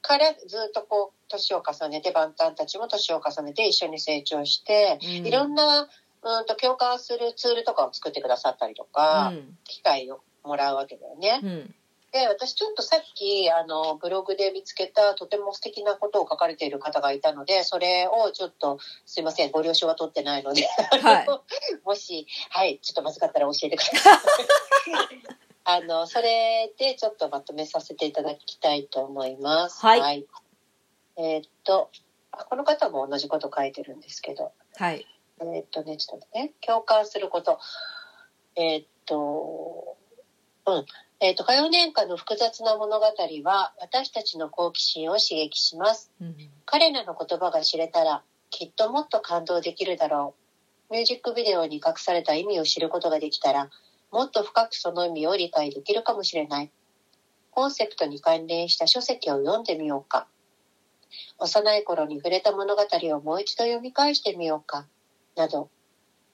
Speaker 1: からずっとこう年を重ねて万端たちも年を重ねて一緒に成長して、いろんなうんと共感するツールとかを作ってくださったりとか、
Speaker 3: うん
Speaker 1: 機会をもらうわけだよね。
Speaker 3: うん
Speaker 1: で私ちょっとさっきあのブログで見つけたとても素敵なことを書かれている方がいたのでそれをちょっとすいませんご了承は取ってないので、
Speaker 3: はい
Speaker 1: [laughs] もしはいちょっとまずかったら教えてくだ
Speaker 3: [laughs]
Speaker 1: さい。 [laughs] あのそれでちょっとまとめさせていただきたいと思います。
Speaker 3: はい
Speaker 1: えーっとあこの方も同じこと書いてるんですけど
Speaker 3: はい
Speaker 1: えーっとね、ちょっと待ってね、共感すること。えーっと、うん。えーっと、火曜年間の複雑な物語は、私たちの好奇心を刺激します。
Speaker 3: うん
Speaker 1: 彼らの言葉が知れたら、きっともっと感動できるだろう。ミュージックビデオに隠された意味を知ることができたら、もっと深くその意味を理解できるかもしれない。コンセプトに関連した書籍を読んでみようか。幼い頃に触れた物語をもう一度読み返してみようか。など、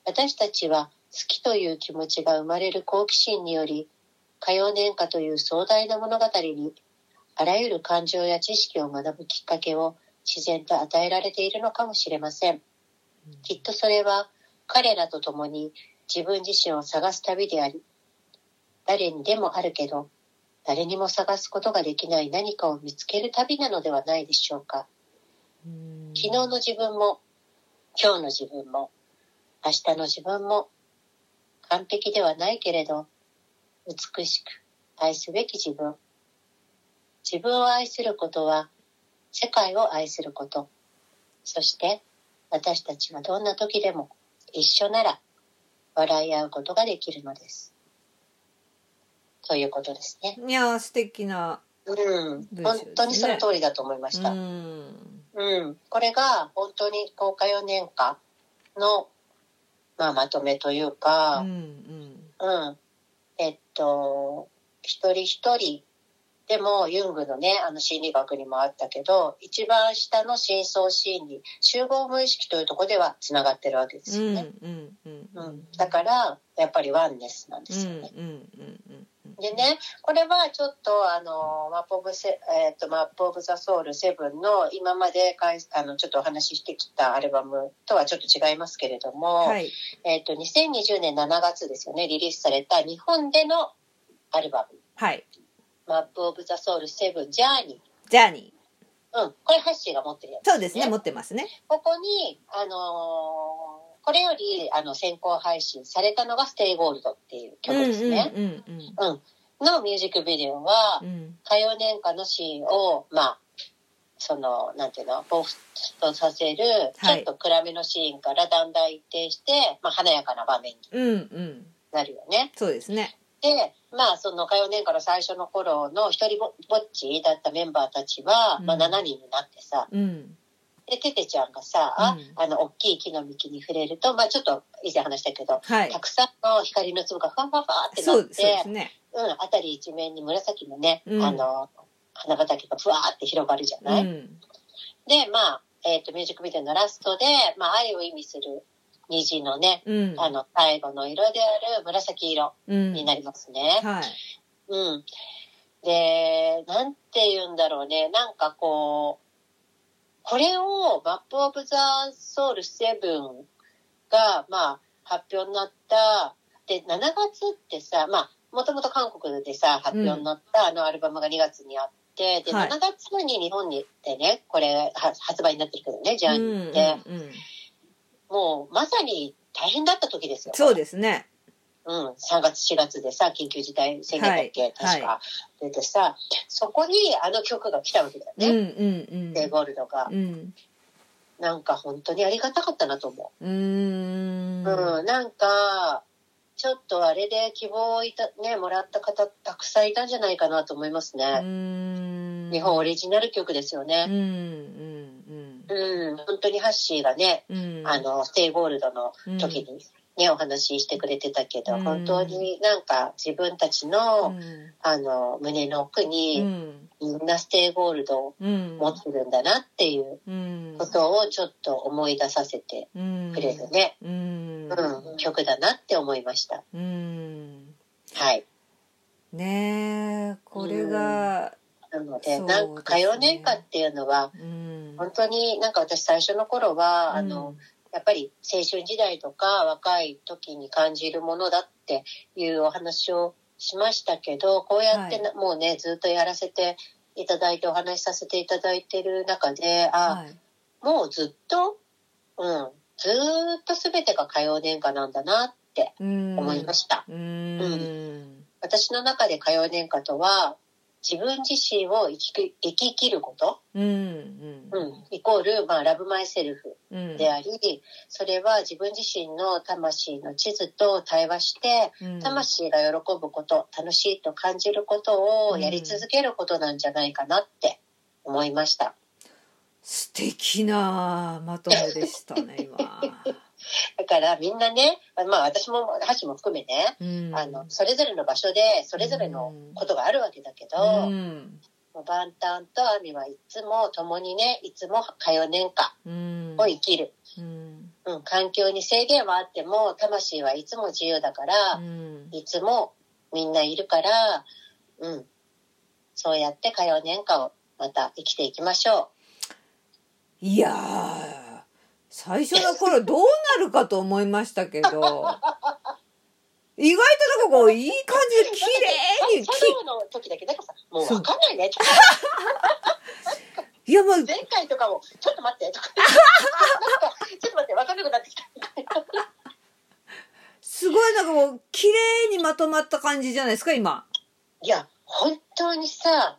Speaker 1: 私たちは好きという気持ちが生まれる好奇心により、火曜年華という壮大な物語に、あらゆる感情や知識を学ぶきっかけを自然と与えられているのかもしれません。きっとそれは彼らと共に自分自身を探す旅であり、誰にでもあるけど、誰にも探すことができない何かを見つける旅なのではないでしょうか。
Speaker 3: うん
Speaker 1: 昨日の自分も、今日の自分も、明日の自分も、完璧ではないけれど、美しく愛すべき自分。自分を愛することは、世界を愛すること。そして、私たちはどんな時でも一緒なら、笑い合うことができるのです。ということですね。
Speaker 3: いやー素敵な
Speaker 1: うん。
Speaker 3: 文章です
Speaker 1: 本
Speaker 3: ね
Speaker 1: 当にその通りだと思いまし
Speaker 3: う
Speaker 1: た。
Speaker 3: ん
Speaker 1: うん、これが本当に公開4年間の、まあ、まとめという
Speaker 3: う
Speaker 1: か、
Speaker 3: ん
Speaker 1: うんえっと一人一人でもユングのねあの心理学にもあったけど一番下の深層心理集合無意識というところではつながってるわけで
Speaker 3: うんう
Speaker 1: すよ
Speaker 3: ん
Speaker 1: ね。
Speaker 3: うんうん
Speaker 1: う
Speaker 3: うんん
Speaker 1: だからやっぱりワンネスなんで
Speaker 3: うんう
Speaker 1: すよ
Speaker 3: ん
Speaker 1: ね。
Speaker 3: うんうん
Speaker 1: でね、これはちょっとあのマップオブセ、えっとマップオブザソウルセブンの今までかいあのちょっとお話ししてきたアルバムとはちょっと違いますけれども、
Speaker 3: はい
Speaker 1: えっと2020年7月ですよねリリースされた日本でのアルバム
Speaker 3: はい
Speaker 1: マップオブザソウルセブンジャーニ
Speaker 3: ジャーニ
Speaker 1: ー、うん、これハッシーが持ってるやつ。
Speaker 3: ーそうですね
Speaker 1: ね
Speaker 3: 持ってますね
Speaker 1: ここにあのーこれよりあの先行配信されたのがステイゴールドっていう曲ですね。
Speaker 3: うんうん
Speaker 1: のミュージックビデオは。
Speaker 3: うんうん
Speaker 1: 火曜年間のシーンを、まあ、その、なんていうの、彷彿とさせる、ちょ
Speaker 3: はい
Speaker 1: っと暗めのシーンからだんだん一定して、まあ、華やかな場面に
Speaker 3: うんうん
Speaker 1: なるよね。
Speaker 3: そうですね
Speaker 1: で、まあ、その火曜年間の最初の頃の一人ぼぼっちだったメンバーたちは、
Speaker 3: うん
Speaker 1: まあ、7人になってさ、
Speaker 3: うん
Speaker 1: で、ててちゃんがさ、あ
Speaker 3: うん
Speaker 1: あの、大きい木の幹に触れると、まあ、ちょっと以前話したけど、
Speaker 3: はい
Speaker 1: たくさんの光の粒がふわふわふわってな
Speaker 3: そう
Speaker 1: っ
Speaker 3: そう
Speaker 1: て、
Speaker 3: ですね
Speaker 1: うん、あたり一面に紫のね、
Speaker 3: うん
Speaker 1: あの、花畑がふわーって広がるじゃ
Speaker 3: う
Speaker 1: ない、
Speaker 3: ん
Speaker 1: で、まあ、えっ、と、ミュージックビデオのラストで、まあ、愛を意味する虹のね、
Speaker 3: うん
Speaker 1: あの、最後の色である紫色
Speaker 3: うん
Speaker 1: になりますね。
Speaker 3: はい
Speaker 1: うん。で、なんて言うんだろうね、なんかこう、これをマップオブザソウル7が、まあ、発表になった、で、7月ってさ、まあ、もともと韓国でさ、発表になったあのアルバムが2月にあって、で、
Speaker 3: はい
Speaker 1: 7月に日本にでね、これは発売になってるけどね、ジャーニーって。
Speaker 3: うんうん
Speaker 1: もうまさに大変だった時ですよ。
Speaker 2: そうですね。
Speaker 1: うん、3月4月でさ緊急事態宣言だっけ、
Speaker 2: はい
Speaker 1: 確か、出てさそこにあの曲が来たわけだよ
Speaker 2: うんう
Speaker 1: ね、
Speaker 2: ん
Speaker 1: デゴールドが
Speaker 2: うん。うん。
Speaker 1: なんか本当にありがたかったなと思
Speaker 2: うー
Speaker 1: う、
Speaker 2: ん。
Speaker 1: うんなんかちょっとあれで希望をいた、ね、もらった方たくさんいたんじゃないかなと思いますね、
Speaker 2: ん
Speaker 1: 日本オリジナル曲ですよ
Speaker 2: う
Speaker 1: ね
Speaker 2: んうん
Speaker 1: うん、本当にハッシーがね、
Speaker 2: うん。うん。
Speaker 1: あのステイゴールドの
Speaker 2: うん、
Speaker 1: 時にね、お話ししてくれてたけど、
Speaker 2: うん
Speaker 1: 本当になんか自分たちの、
Speaker 2: うん
Speaker 1: あの胸の奥に、
Speaker 2: うん
Speaker 1: みんなステイゴールドを
Speaker 2: うん。
Speaker 1: 持ってるんだなっていう
Speaker 2: うん。
Speaker 1: ことをちょっと思い出させて
Speaker 2: うん。
Speaker 1: くれるね、
Speaker 2: うん。
Speaker 1: うん、曲だなって思いました。
Speaker 2: うん。
Speaker 1: はい。
Speaker 2: ねえ、これが、
Speaker 1: なので、
Speaker 2: そうですね
Speaker 1: なんか歌謡年間っていうのは、
Speaker 2: うん。
Speaker 1: 本当になんか私最初の頃は、あ
Speaker 2: う
Speaker 1: の
Speaker 2: ん、、
Speaker 1: やっぱり青春時代とか若い時に感じるものだっていうお話をしましたけど、こうやってな、もうね、ずっとやらせていただいてお話しさせていただいてる中で、あ、
Speaker 2: はい。
Speaker 1: もうずっと、うん、ずーっと全てが歌謡年歌なんだなって思
Speaker 2: 思
Speaker 1: いました。
Speaker 2: うん。うん。
Speaker 1: 私の中で歌謡年歌とは、自分自身を生きく生き切ること、
Speaker 2: うん。うん。
Speaker 1: うん、イコール、まあ、ラブマイセルフ
Speaker 2: うん。
Speaker 1: であり、それは自分自身の魂の地図と対話して、
Speaker 2: うん、
Speaker 1: 魂が喜ぶこと、楽しいと感じることをやり続けることなんじゃないかなって思いました。
Speaker 2: 素敵なまとめでしたね、今。
Speaker 1: だからみんなね、まあ私も、ハチも含めね、
Speaker 2: うん。
Speaker 1: あの、それぞれの場所でそれぞれのことがあるわけだけ
Speaker 2: う
Speaker 1: ど、
Speaker 2: ん。
Speaker 1: もうバンタンとアミはいつも共にねいつも通う年間
Speaker 2: うん。
Speaker 1: を生きる、
Speaker 2: うん。
Speaker 1: うん、環境に制限はあっても魂はいつも自由だから、
Speaker 2: うん。
Speaker 1: いつもみんないるから、うん、そうやって通う年間をまた生きていきましょ
Speaker 2: いやー、最初の頃どうなるかと思いましたけど、意外となんかこう、いい感じで、綺麗
Speaker 1: う。
Speaker 2: に、
Speaker 1: 作業の時だけなんかさもう分かんない
Speaker 2: [laughs]
Speaker 1: ねちょっ
Speaker 2: きいや、まあ、
Speaker 1: と前回とかも「ちょっと待って」と
Speaker 2: [laughs]
Speaker 1: かなんかちょっと待って分かんなくなってきた」
Speaker 2: すごいなんかこう、綺麗にまとまった感じじゃないですか、今。
Speaker 1: いや、本当にさ、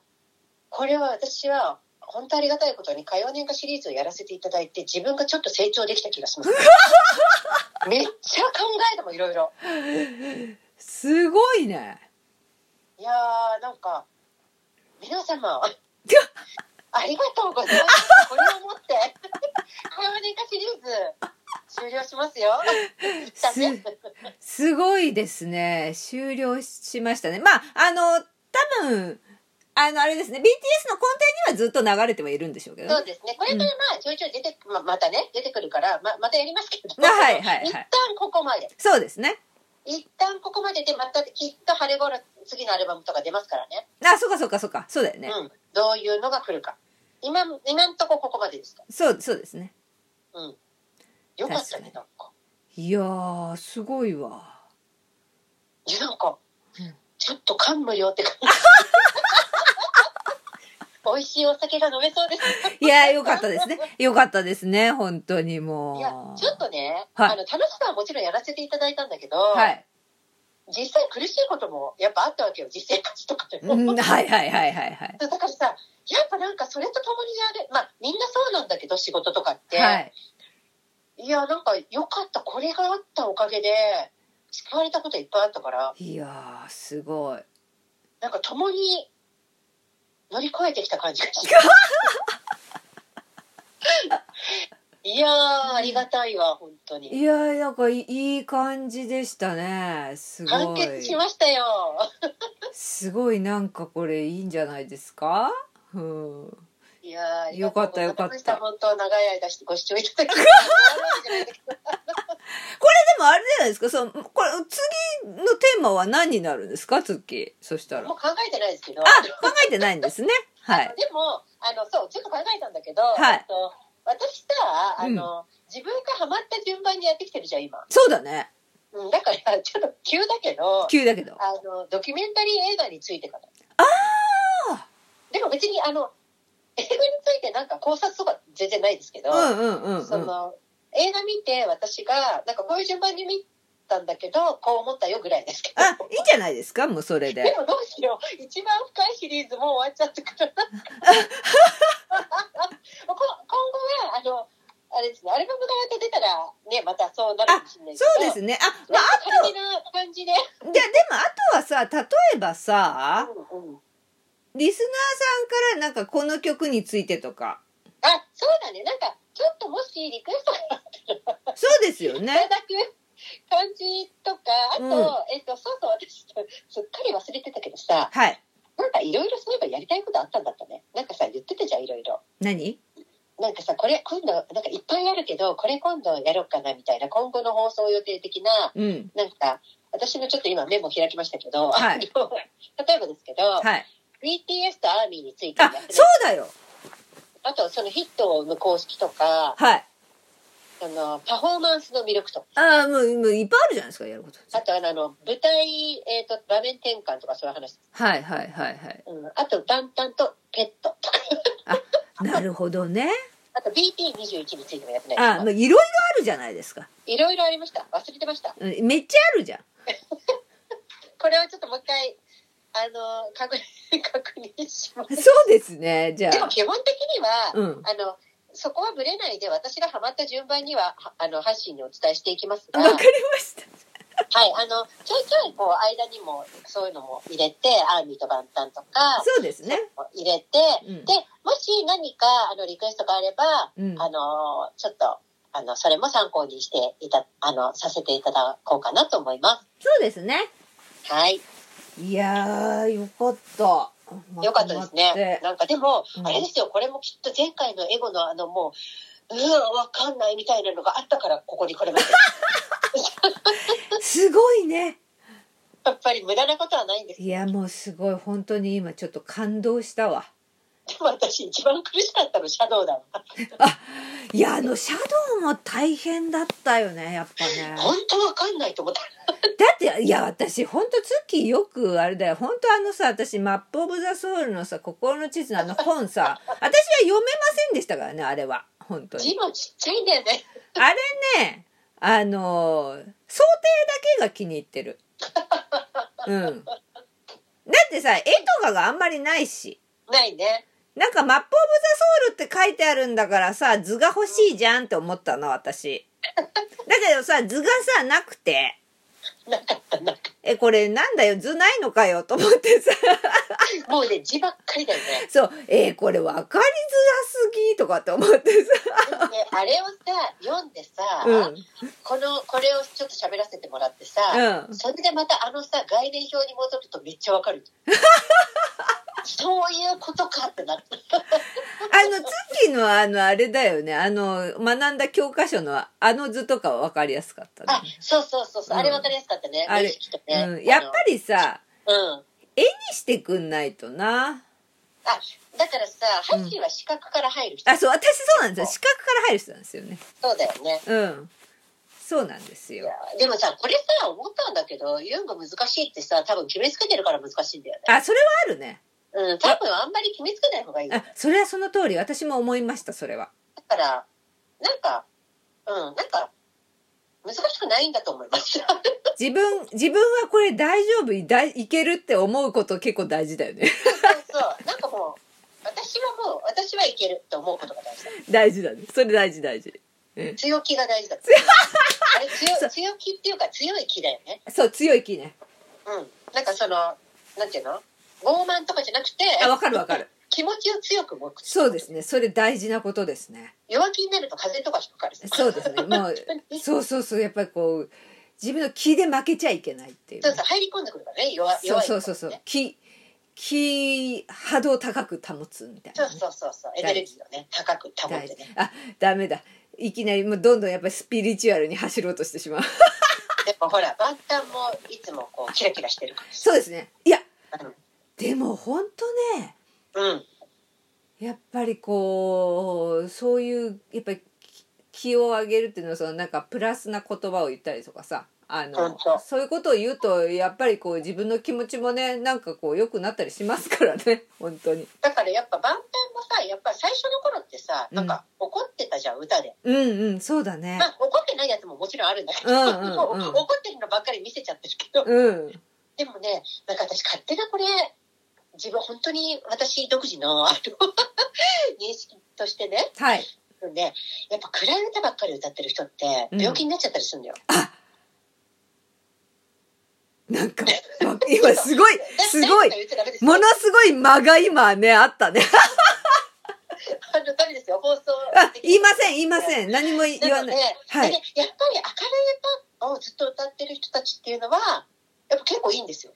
Speaker 1: これは私は、本当ありがたいことに、火曜年間シリーズをやらせていただいて、自分がちょっと成長できた気がし
Speaker 2: [laughs]
Speaker 1: ます。めっちゃ考えたもん、いろいろ。
Speaker 2: すごいね。
Speaker 1: いやー、なんか、皆様、ありがとうございます。これをもって、火曜年間シリーズ、終了しますよ。だね。
Speaker 2: すごいですね。終了しましたね。まあ、あの、多分、あの、あれですね。BTS の根底にはずっと流れてはいるんでしょうけど
Speaker 1: そう
Speaker 2: ね。
Speaker 1: ですね。これからまあ、ちょいちょい出て、ままたね、出てくるから、ままたやりますけど、
Speaker 2: はいはいはい
Speaker 1: 一旦ここまで。
Speaker 2: そうですね。
Speaker 1: 一旦ここまででまたきっと晴れ頃次のアルバムとか出ますからね
Speaker 2: あ、そうかそうかそうか。そうだよね。
Speaker 1: うん、どういうのが来るか今今んとこここまでですか
Speaker 2: そう、そうですね。
Speaker 1: ら、うん、よかったね
Speaker 2: 確
Speaker 1: なんか
Speaker 2: いやー、すごいわ。
Speaker 1: いやなんか、
Speaker 2: うん
Speaker 1: ちょっと感無量って
Speaker 2: [laughs]
Speaker 1: 感じ美味しいお酒が飲めそうです。
Speaker 2: いやー、よかったですねよかったですね。本当に
Speaker 1: いや
Speaker 2: もう。
Speaker 1: ちょっとね、
Speaker 2: はい
Speaker 1: あの楽しさはもちろんやらせていただいたんだけど、
Speaker 2: はい。
Speaker 1: 実際苦しいこともやっぱあったわけよ実生活とかでも、
Speaker 2: うん、はいはいはいはいはい。
Speaker 1: だからさやっぱなんかそれと共にやるまあみんなそうなんだけど仕事とかって、
Speaker 2: はい。
Speaker 1: いや、なんか良かった。これがあったおかげで、救われたこといっぱいあったから、
Speaker 2: いやー、すごい。
Speaker 1: なんか共に乗り越えてきた感じがして。
Speaker 2: [laughs]
Speaker 1: いやー、ありがたいわ、本当に。
Speaker 2: いやー、なんかいいい感じでしたね。すごい。
Speaker 1: 完結しましたよ。
Speaker 2: すごいなんかこれいいんじゃないですか、うん、
Speaker 1: いやー、
Speaker 2: よかった
Speaker 1: ありがとうございました
Speaker 2: よ
Speaker 1: 本当、長い間ご視聴いただき、終わるわけじゃないん
Speaker 2: [laughs]
Speaker 1: だけど
Speaker 2: でもあれじゃないですかそのこれ次のテーマは何になるんですか月そしたら
Speaker 1: もう
Speaker 2: あ
Speaker 1: 考えてないですけど。
Speaker 2: 考えてないんですねはい
Speaker 1: でもあのそうちょっと考えたんだけど、
Speaker 2: はい
Speaker 1: えっと私さあの、自分がハマった順番にやってきてるじゃん今、
Speaker 2: そうだね
Speaker 1: うん、だからちょっと急だけどあ
Speaker 2: 急だけど
Speaker 1: のドキュメンタリー映画についてかな
Speaker 2: あ
Speaker 1: でも別にあの映画についてなんか考察とか全然ないですけど、
Speaker 2: うんうんうんうん
Speaker 1: その映画見て私がなんかこういう順番に見たんだけどこう思ったよぐらいですけど
Speaker 2: あ、いいんじゃないですかもうそれ
Speaker 1: で
Speaker 2: で。
Speaker 1: もどうしよう一番深いシリーズもう終わっちゃったから
Speaker 2: [laughs]
Speaker 1: こ今後はあのあれですねアルバムがまた出たらねまたそうなるかもしれないけ
Speaker 2: そ
Speaker 1: ど
Speaker 2: うですね。あ、ま
Speaker 1: なん
Speaker 2: あ、
Speaker 1: か仮な感じで、
Speaker 2: じゃあでもあとはさ、例えばさ、
Speaker 1: うんうん
Speaker 2: リスナーさんからなんかこの曲についてとか。
Speaker 1: あそうだねなんかちょっともしリクエストが
Speaker 2: そうです
Speaker 1: い
Speaker 2: よ
Speaker 1: た
Speaker 2: ね。
Speaker 1: だく感じとかあと、
Speaker 2: うん
Speaker 1: えっとそうそう私すっかり忘れてたけどさ
Speaker 2: はい。
Speaker 1: なんかいろいろそういえばやりたいことあったんだったねなんかさ言ってたじゃんいろいろ
Speaker 2: 何
Speaker 1: なんかさこれ今度なんかいっぱいあるけどこれ今度やろうかなみたいな今後の放送予定的な
Speaker 2: うん。
Speaker 1: なんか私のちょっと今メモ開きましたけど、
Speaker 2: はい
Speaker 1: あの例えばですけど、
Speaker 2: はい。
Speaker 1: BTS とアーミーについてや
Speaker 2: あ
Speaker 1: ってる、
Speaker 2: そうだよ。
Speaker 1: あとそのヒットの公式とか
Speaker 2: はい。
Speaker 1: そのパフォーマンスの魅力とか
Speaker 2: あーもう、もういっぱいあるじゃないですか、やること。
Speaker 1: あとあのあの舞台、えー、と場面転換とかそういう話、
Speaker 2: はいはいはいはい。
Speaker 1: うん、あとダンタンとペットとか
Speaker 2: なるほどね。
Speaker 1: あと BT21 についてもやってない
Speaker 2: あ
Speaker 1: ですか
Speaker 2: ーもういろいろあるじゃないですか。
Speaker 1: いろいろありました忘れてました
Speaker 2: うんめっちゃあるじゃん。
Speaker 1: これをちょっともう一回あの確認 [laughs] 確認します
Speaker 2: そうですね。じゃ
Speaker 1: でも
Speaker 2: あ。
Speaker 1: 基本的には、
Speaker 2: うん。
Speaker 1: あのそこはぶれないで私がハマった順番にははあの発信にお伝えしていきますが
Speaker 2: わかりました。
Speaker 1: はい、あのちょいちょいこう間にもそういうのも入れてアーミーとバンタンとか
Speaker 2: そうですね。
Speaker 1: 入れて、
Speaker 2: うん
Speaker 1: でもし何かあのリクエストがあれば、
Speaker 2: うん。
Speaker 1: あのちょっとあのそれも参考にしていたあのさせていただこうかなと思いま
Speaker 2: そうですね。
Speaker 1: す。はい、
Speaker 2: いやー、よかった。
Speaker 1: よかったですね。なんかでも、
Speaker 2: うん
Speaker 1: あれですよ、これもきっと前回のエゴのあのもう、うわ、わかんないみたいなのがあったから、ここに来れました。
Speaker 2: すごいね。 [laughs]
Speaker 1: やっぱり無駄なことはないんです。
Speaker 2: いや、もうすごい。本当に今ちょっと感動したわ。
Speaker 1: でも私一番苦しかったのシャドウだわ。
Speaker 2: いや、あの、シャドウも大変だったよね、やっぱね。
Speaker 1: 本当わかんないと思った。
Speaker 2: だって、いや、私、ほんと、ツッキーよく、あれだよ。ほんと、あのさ、私、マップ・オブ・ザ・ソウルのさ、心の地図のあの本さ、私は読めませんでしたからね、あれは。本当に。
Speaker 1: 字もちっちゃいんだよね。
Speaker 2: あれね、あのー想定だけが気に入ってる。うん。だってさ、絵とかがあんまりないし。
Speaker 1: ないね。
Speaker 2: なんか、マップオブザソウルって書いてあるんだからさ、図が欲しいじゃんって思ったの、私。だけどさ、図がさ、なくて、
Speaker 1: なかったなかっ
Speaker 2: え、これなんだよ、図ないのかよ、と思ってさ、 [laughs]
Speaker 1: た。もうね、字ばっかりだよね。
Speaker 2: そう、えーこれ分かりづらすぎ、とかって思って
Speaker 1: であれをさ読んでさ、
Speaker 2: さ、うん、
Speaker 1: このこれをちょっと喋らせてもらってさ、
Speaker 2: うん。
Speaker 1: それでまたあのさ概念表に戻るとめっちゃわか
Speaker 2: [laughs]
Speaker 1: るそういうことかってなって
Speaker 2: あの、ツッキーのあの、あれだよね。あの、学んだ教科書のあの図とかは分かりやすかった
Speaker 1: あ
Speaker 2: ね。
Speaker 1: そうそうそうそう、
Speaker 2: うん
Speaker 1: あれわかりやすかったね
Speaker 2: あれ
Speaker 1: 無意識とね、
Speaker 2: うん、やっぱりさ、
Speaker 1: あのうん
Speaker 2: 絵にしてくんないとな。
Speaker 1: だからさ
Speaker 2: うん
Speaker 1: 箸は視覚から入る人、
Speaker 2: あ、そう、私そうなんですよ。視覚から入る人なんですよね。
Speaker 1: そうだよね
Speaker 2: うん。そうなんです
Speaker 1: い
Speaker 2: よ
Speaker 1: や。でもさこれさ思ったんだけどユング難しいってさ多分決めつけてるから難しいんだよ
Speaker 2: あ、それはあるね。
Speaker 1: ねうん多分あんまり決めつけない方がいいよ
Speaker 2: あ、それはその通り。私も思いました、それは。
Speaker 1: だから、なんか、うん、なんか、難しくないんだと思います。
Speaker 2: 自分、自分はこれ大丈夫、だいいけるって思うこと結構大事だよね。 [laughs]
Speaker 1: そう、なんかもう、私はもう、私はいけると思うことが大事だ。
Speaker 2: 大事だね。それ大事大事。
Speaker 1: 強気が大事だ。
Speaker 2: [laughs]
Speaker 1: あれ強い、強気っていうか強い気だよね。
Speaker 2: そう、強い気ね。
Speaker 1: うん。なんかその、なんていうの傲慢とかじゃなくて、
Speaker 2: あ、わかるわかる。
Speaker 1: 気持ちを強く動く。
Speaker 2: そうですね。それ大事なことですね。
Speaker 1: 弱気になると風邪とか引くからさ。
Speaker 2: そうですね。もう、そうそうそう、やっぱりこう、自分の気で負けちゃいけないっていうね、
Speaker 1: そうそう、入り込んでくるからね、弱
Speaker 2: そう
Speaker 1: 弱い、
Speaker 2: そうそうそう。気、気、波動高く保つみたい
Speaker 1: そ
Speaker 2: な
Speaker 1: う
Speaker 2: ね、
Speaker 1: そうそうそう、エネルギーをね、高く保っ
Speaker 2: 大
Speaker 1: て
Speaker 2: 事
Speaker 1: ね。
Speaker 2: あ、ダメだ。いきなりもうどんどんやっぱりスピリチュアルに走ろうとして
Speaker 1: [laughs]
Speaker 2: しまう。
Speaker 1: でもほら、万端もいつもこう、キラキラしてるからさ
Speaker 2: そうですね。いや、
Speaker 1: うん
Speaker 2: でも本当ね、
Speaker 1: うん。
Speaker 2: やっぱりこう、そういう、やっぱり気気を上げるっていうのは、そのなんかプラスな言葉を言ったりとかさ、あの
Speaker 1: 本当
Speaker 2: そういうことを言うとやっぱりこう自分の気持ちもねなんかこう良くなったりしますからね [laughs] 本当に
Speaker 1: だからやっぱバンペンもさやっぱ最初の頃ってさなんか怒ってたじゃん歌で、
Speaker 2: うんうんそうだね
Speaker 1: まあ怒ってないやつももちろんあるんだけど、
Speaker 2: うんうんうん
Speaker 1: も怒ってるのばっかり見せちゃってるけど、
Speaker 2: うん
Speaker 1: でもねなんか私勝手なこれ自分本当に私独自の [laughs] あの認識としてね
Speaker 2: はい
Speaker 1: ねやっぱ暗い歌ばっかり歌ってる人って
Speaker 2: うん
Speaker 1: 病気になっちゃったりするんだよ、
Speaker 2: なんかわ今すごい
Speaker 1: だ
Speaker 2: すご
Speaker 1: 誰かが
Speaker 2: い
Speaker 1: 言っちゃダメですよ
Speaker 2: ものすごい間が今ねあったね
Speaker 1: あのダメですよ放送
Speaker 2: あ [laughs] 言いません言いません何も言
Speaker 1: な
Speaker 2: わ
Speaker 1: の
Speaker 2: な
Speaker 1: ででね
Speaker 2: いはい
Speaker 1: やっぱり明るい歌をずっと歌ってる人たちっていうのはやっぱ結構いいんですよ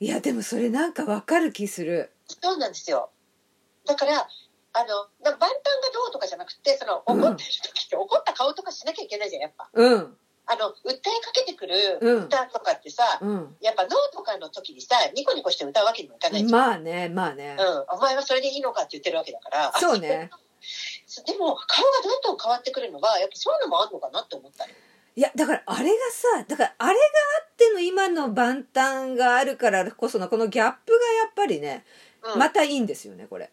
Speaker 2: いやでもそれなんかわかる気する
Speaker 1: そうなんですよだからあのな万端がどうとかじゃなくてその怒ってる時って怒った顔とかしなきゃいけないじゃんやっぱ
Speaker 2: うん
Speaker 1: あの訴えかけてくる
Speaker 2: うん
Speaker 1: 歌とかってさ、
Speaker 2: うん
Speaker 1: やっぱ脳とかの時にさニコニコして歌うわけにもいかないじゃん、
Speaker 2: まあねまあね
Speaker 1: うん、お前はそれでいいのかって言ってるわけだから
Speaker 2: そうね
Speaker 1: [laughs] でも顔がどんどん変わってくるのはやっぱそういうのもあるのかなって思ったり
Speaker 2: いやだからあれがさだからあれがあっての今の万端があるからこそのこのギャップがやっぱりね
Speaker 1: うん
Speaker 2: またいいんですよねこれ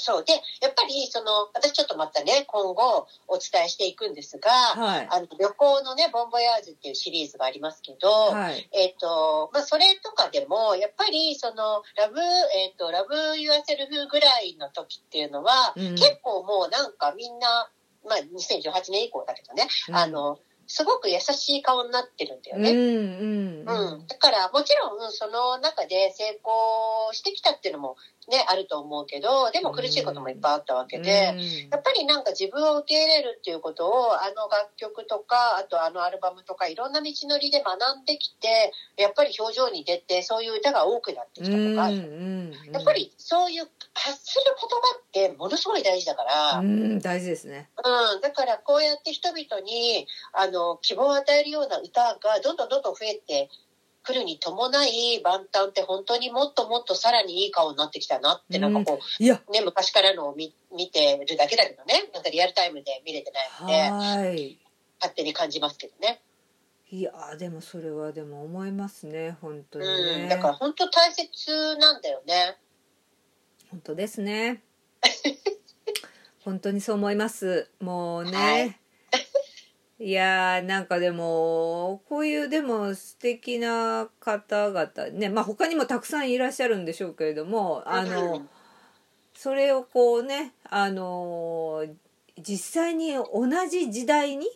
Speaker 1: そうでやっぱりその私ちょっとまたね今後お伝えしていくんですが、
Speaker 2: はい
Speaker 1: あの旅行のね「ボンボヤージュ」っていうシリーズがありますけど、
Speaker 2: はい
Speaker 1: えっ、とまあそれとかでもやっぱりそのラブえっ、とラブユアセルフぐらいの時っていうのは、
Speaker 2: うん
Speaker 1: 結構もうなんかみんなまあ2018年以降だけどね、
Speaker 2: うん
Speaker 1: あのすごく優しい顔になってるんだよ
Speaker 2: う
Speaker 1: ね。
Speaker 2: んうん
Speaker 1: うん、だからもちろんその中で成功してきたっていうのもねあると思うけどでも苦しいこともいっぱいあったわけで、やっぱりなんか自分を受け入れるっていうことをあの楽曲とかあとあのアルバムとかいろんな道のりで学んできてやっぱり表情に出てそういう歌が多くなってきたとか、やっぱりそういう発する言葉ってものすごい大事だから。
Speaker 2: うんうん大事ですね
Speaker 1: うん、だからこうやって人々にあの希望を与えるような歌がどんどんどんどん増えてくるに伴い万端って本当にもっともっとさらにいい顔になってきたなって、
Speaker 2: うん
Speaker 1: なんかこ
Speaker 2: いや
Speaker 1: うね昔からのを見見てるだけだけどねなんかリアルタイムで見れてないので
Speaker 2: はい
Speaker 1: 勝手に感じますけどね、
Speaker 2: いやーでもそれはでも思いますね本当に
Speaker 1: う
Speaker 2: ね
Speaker 1: ん、だから本当大切なんだよね
Speaker 2: 本当で
Speaker 1: [laughs]
Speaker 2: すね本当にそう思いますもうね、、
Speaker 1: はい
Speaker 2: やーなんかでもこういうでも素敵な方々ねまあ他にもたくさんいらっしゃるんでしょうけれどもあ
Speaker 1: う
Speaker 2: の
Speaker 1: ん
Speaker 2: それをこうねあの実際に同じ時代に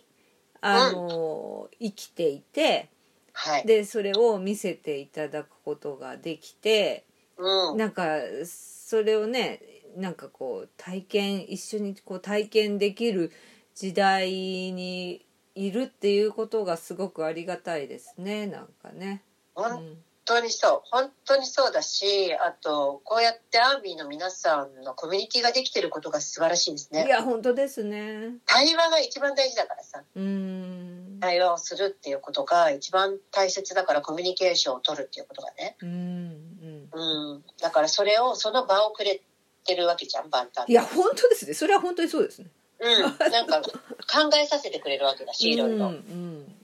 Speaker 2: あの生きていて
Speaker 1: はい、
Speaker 2: でそれを見せていただくことができて
Speaker 1: うん、
Speaker 2: なんかそれをねなんかこう体験一緒にこう体験できる時代にいるっていうことがすごくありがたいですねなんかね。う
Speaker 1: 本
Speaker 2: ん
Speaker 1: 当にそう本当にそうだしあとこうやってアーミーの皆さんのコミュニティができてることが素晴らしいですね
Speaker 2: いや本当ですね。
Speaker 1: 対話が一番大事だからさ
Speaker 2: うん。
Speaker 1: 対話をするっていうことが一番大切だからコミュニケーションを取るっていうことがね
Speaker 2: うんうん。
Speaker 1: うんだからそれをその場をくれてるわけじゃん万端
Speaker 2: いや本当ですね。それは本当にそうですね。
Speaker 1: うんなんか考えさせてくれるわけだしいろい
Speaker 2: うん
Speaker 1: ろ
Speaker 2: うん。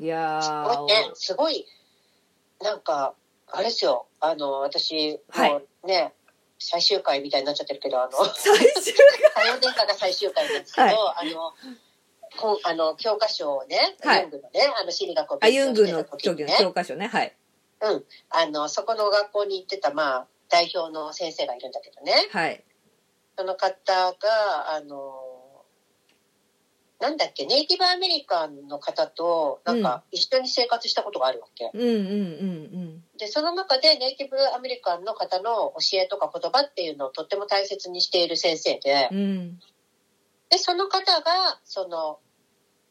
Speaker 2: いや
Speaker 1: す
Speaker 2: ー
Speaker 1: ごいねすごいなんかあれですよあの私
Speaker 2: はい
Speaker 1: もうね、最終回みたいになっちゃってるけどあの
Speaker 2: 最終
Speaker 1: 火曜殿下が最終回なんですけど、
Speaker 2: はい
Speaker 1: あのこんあの教科書をね、
Speaker 2: はい
Speaker 1: ユングのねあの心理学を
Speaker 2: あユング
Speaker 1: して
Speaker 2: の
Speaker 1: た時
Speaker 2: 教
Speaker 1: にね
Speaker 2: 教科書ねはい
Speaker 1: あの、そこの学校に行ってた、まあ、代表の先生がいるんだけどね。
Speaker 2: はい
Speaker 1: その方が、あの、なんだっけ、ネイティブアメリカンの方と、なんか、一緒に生活したことがあるわけ。
Speaker 2: うんうんうん
Speaker 1: で、その中で、ネイティブアメリカンの方の教えとか言葉っていうのをとっても大切にしている先生で
Speaker 2: うん、うん
Speaker 1: で、その方が、その、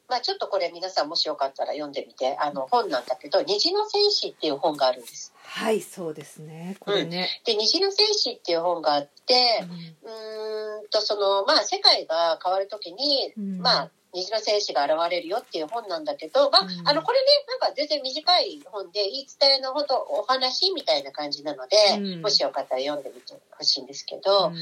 Speaker 1: まあ、ちょっとこれ皆さんもしよかったら読んでみて、あの、本なんだけど、虹の戦士っていう本があるんです。
Speaker 2: はいそうですねこれね。
Speaker 1: で、虹の戦士っていう本があって、うーんとそのまあ世界が変わるときに、
Speaker 2: うん
Speaker 1: まあ虹の戦士が現れるよっていう本なんだけど、まあ
Speaker 2: うん
Speaker 1: あのこれねなんか全然短い本で言い伝えのほどお話みたいな感じなので、
Speaker 2: うん
Speaker 1: もしよかったら読んでみてほしいんですけど、
Speaker 2: うん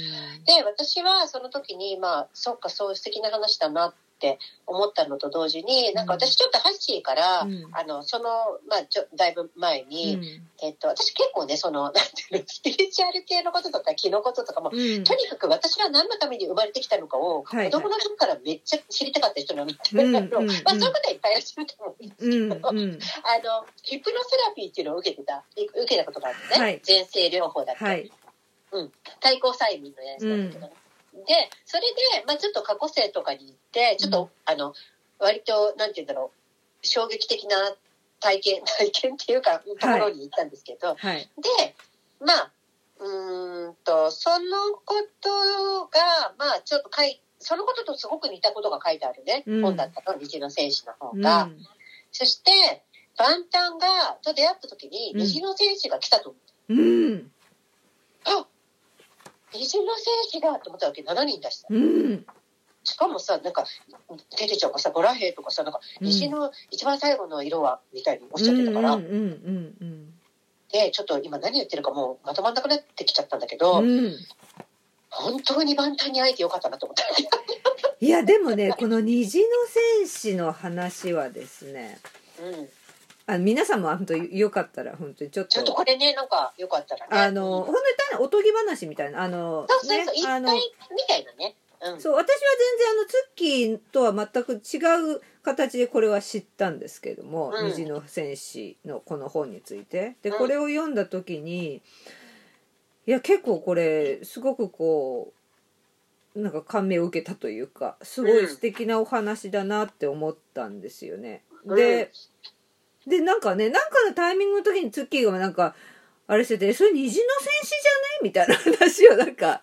Speaker 1: で私はその時にまあそっかそういう素敵な話だなってって思ったのと同時に、なんか私ちょっとハッシーから、
Speaker 2: うん
Speaker 1: あの、その、まあ、ちょ、だいぶ前に、えっと、私結構ね、その、なんていうの、スピリチュアル系のこととか気のこととかも、
Speaker 2: うん
Speaker 1: とにかく私は何のために生まれてきたのかを、
Speaker 2: はいはい
Speaker 1: 子供の時からめっちゃ知りたかった人なので、
Speaker 2: うんうんうん
Speaker 1: あの [laughs] まあ、そういうことはいっぱいいらっしゃると思うんですけど、
Speaker 2: うんうん
Speaker 1: あの、ヒプノセラピーっていうのを受けてた、受けたことがあってね、
Speaker 2: はい
Speaker 1: 前世療法だったり、
Speaker 2: はい
Speaker 1: 対抗催眠のやつなんだけど、で、それで、まあ、ちょっと過去世とかに行って、ちょっと、
Speaker 2: う
Speaker 1: あの、割と、なんて言うんだろう、衝撃的な体験、 [laughs] 体験っていうか、ところに行ったんですけど、
Speaker 2: はい
Speaker 1: で、まあ、うーんと、そのことが、まあ、ちょっと書い、そのこととすごく似たことが書いてあるね、
Speaker 2: うん
Speaker 1: 本だったの、虹の戦士の方
Speaker 2: うん
Speaker 1: が。そして、万端が、と出会った時に、
Speaker 2: うん
Speaker 1: 虹の戦士が来たと思って、
Speaker 2: うん
Speaker 1: あ虹の戦士だと思ったわけ、7人だしさ。
Speaker 2: うん
Speaker 1: しかもさ、なんか、テレちゃんがさ、ボラ兵とかさ、なんか、
Speaker 2: うん
Speaker 1: 虹の一番最後の色は、みたいにおっしゃってたから、
Speaker 2: うんうんうん
Speaker 1: で、ちょっと今何言ってるかもうまとまんなくなってきちゃったんだけど、
Speaker 2: うんうん
Speaker 1: 本当に万端に会えてよかったなと思った。
Speaker 2: いやでもねこの虹の戦士の話はですね
Speaker 1: うん、
Speaker 2: あ皆さんも本当よかったら本当にちょっ
Speaker 1: ちょっ
Speaker 2: と
Speaker 1: とこれね、なんかよかったらね。
Speaker 2: あの本当に単におとぎ話みたいなあの
Speaker 1: そうそうそう、一
Speaker 2: ねあ
Speaker 1: 体み
Speaker 2: の
Speaker 1: たいなね。うん。
Speaker 2: そう私は全然あのツッキーとは全く違う形でこれは知ったんですけれども「
Speaker 1: うん
Speaker 2: 虹の戦士」のこの本についてで
Speaker 1: うん
Speaker 2: これを読んだ時にいや結構これすごくこうなんか感銘を受けたというかすごい素敵なお話だなって思ったんですよね。
Speaker 1: うん
Speaker 2: ででなんかねなんかのタイミングの時にツッキーがなんかあれしてて「それ虹の戦士じゃね?」みたいな話をなんか。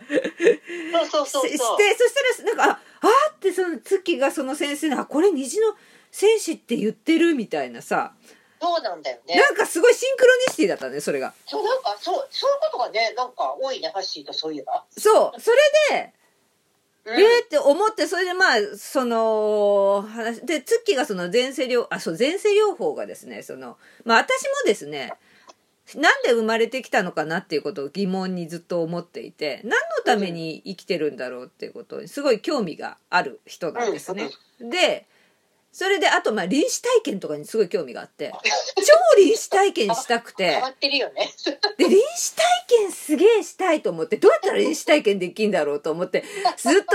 Speaker 1: そうそうそう
Speaker 2: しして
Speaker 1: そう。
Speaker 2: そしたらなんかああーってその月がその先生に「あこれ虹の戦士って言ってる」みたいなさ
Speaker 1: そうなんだよね。
Speaker 2: なんかすごいシンクロニシティだったねそれが
Speaker 1: そう、なんか、そう、そういうことがね、なんか多いね、ハッシーとそういえば。
Speaker 2: そうそれで、
Speaker 1: う
Speaker 2: えーって思ってそれでまあその話で月がその前世療あそう前世療法がですねそのまあ私もですねなんで生まれてきたのかなっていうことを疑問にずっと思っていて何のために生きてるんだろうっていうことにすごい興味がある人なんですね。でそれであとまあ臨死体験とかにすごい興味があって超臨死体験したくて
Speaker 1: 変わってるよね。
Speaker 2: で臨死体験すげえしたいと思ってどうやったら臨死体験できんだろうと思ってずっと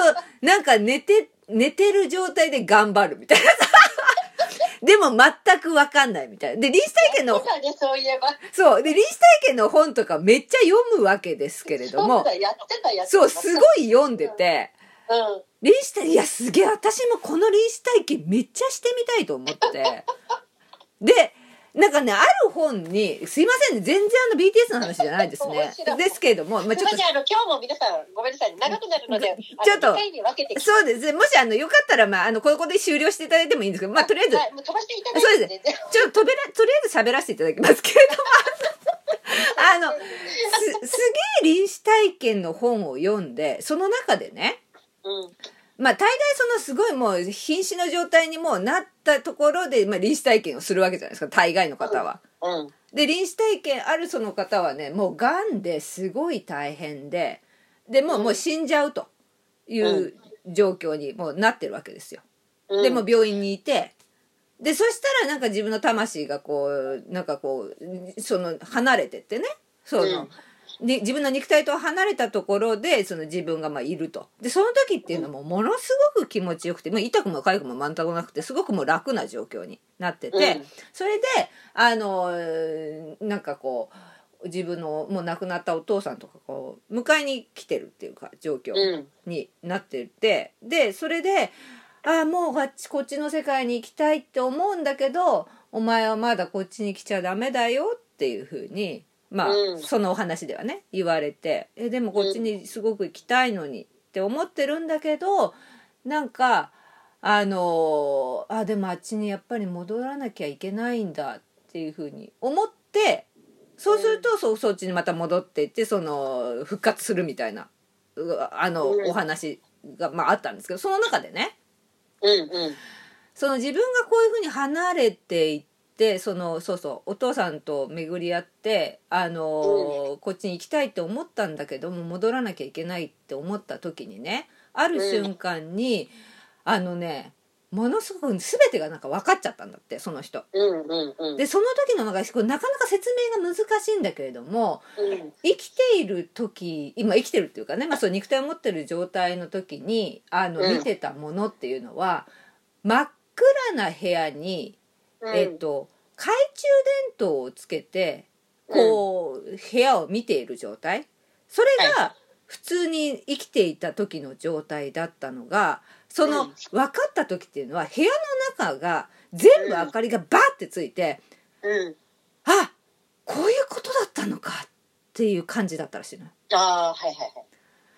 Speaker 2: なんか寝て寝てる状態で頑張るみたい
Speaker 1: [laughs]
Speaker 2: なさでも全く分かんないみたいなで臨死体験
Speaker 1: [laughs] そ
Speaker 2: の
Speaker 1: うだね、そういえば。
Speaker 2: そうで臨死体験の本とかめっちゃ読むわけですけれど
Speaker 1: そう
Speaker 2: も
Speaker 1: だ、やってた、やってた。
Speaker 2: そうすごい読んでて。
Speaker 1: うん。
Speaker 2: 臨死体いやすげえ私もこの臨死体験めっちゃしてみたいと思ってでなんかねある本にすいませんね全然あの BTS の話じゃないですね
Speaker 1: 面白い
Speaker 2: ですけれども、ま
Speaker 1: す
Speaker 2: あ、ち
Speaker 1: い
Speaker 2: ょ
Speaker 1: ま
Speaker 2: っと
Speaker 1: せん、あの、今日も皆さん、ごめんなさい、長くなるので、
Speaker 2: ちょっと
Speaker 1: あの二回に分けて、
Speaker 2: そうですねもしあのよかったら、まあ、あのここで終了していただいてもいいんですけど、まあ、とりあえず
Speaker 1: はいもう飛ばしていただいて、全然。
Speaker 2: ちょっととべらとりあえず喋らせていただきますけれどもあのすすげえ臨死体験の本を読んでその中でね
Speaker 1: うん。
Speaker 2: まあ大概そのすごいもう瀕死の状態にもうなったところで、まあ、臨死体験をするわけじゃないですか大概の方は。
Speaker 1: うん。
Speaker 2: で臨死体験あるその方はねもうがんですごい大変ででもう
Speaker 1: うん
Speaker 2: もう死んじゃうという状況にもうなってるわけですよ。
Speaker 1: うん
Speaker 2: でもう病院にいてでそしたらなんか自分の魂がこうなんかこうその離れてってねその、に自分の肉体と離れたところでその自分がまあいるとでその時っていうのもものすごく気持ちよくて、まあ、痛くも痒くも全くなくてすごくもう楽な状況になってて、
Speaker 1: うん
Speaker 2: それであのーなんかこう自分のもう亡くなったお父さんとかこう迎えに来てるっていうか状況。
Speaker 1: うん。
Speaker 2: になっててでそれで「ああもうあっちこっちの世界に行きたいって思うんだけどお前はまだこっちに来ちゃダメだよ」っていうふうにまあ、
Speaker 1: うん
Speaker 2: そのお話ではね言われて「えでもこっちにすごく行きたいのに」って思ってるんだけどなんかあのーあでもあっちにやっぱり戻らなきゃいけないんだっていうふうに思ってそうすると、そうそっちにまた戻っていってその復活するみたいなうわあの、
Speaker 1: うん
Speaker 2: お話が、まあ、あったんですけどその中でね
Speaker 1: うん。うん。
Speaker 2: その自分がこういうふうに離れていってそのそうそうお父さんと巡り合ってあのー、こっちに行きたいって思ったんだけども戻らなきゃいけないって思った時にねある瞬間に、あのねものすごく全てがなんか分かっちゃったんだってその人。
Speaker 1: うんうんうん。
Speaker 2: でその時のなんかこうなかなか説明が難しいんだけれども
Speaker 1: うん
Speaker 2: 生きている時今生きてるっていうかね、まあ、そう肉体を持ってる状態の時にあの
Speaker 1: うん
Speaker 2: 見てたものっていうのは、真っ暗な部屋に、
Speaker 1: うん。
Speaker 2: えっと、懐中電灯をつけてこう、部屋を見ている状態それが普通に生きていた時の状態だったのがその
Speaker 1: うん
Speaker 2: 分かった時っていうのは部屋の中が全部明かりがバッてついて。
Speaker 1: うん。
Speaker 2: あこういうことだったのかっていう感じだったらしいのよ。
Speaker 1: ああ、はいはいはい。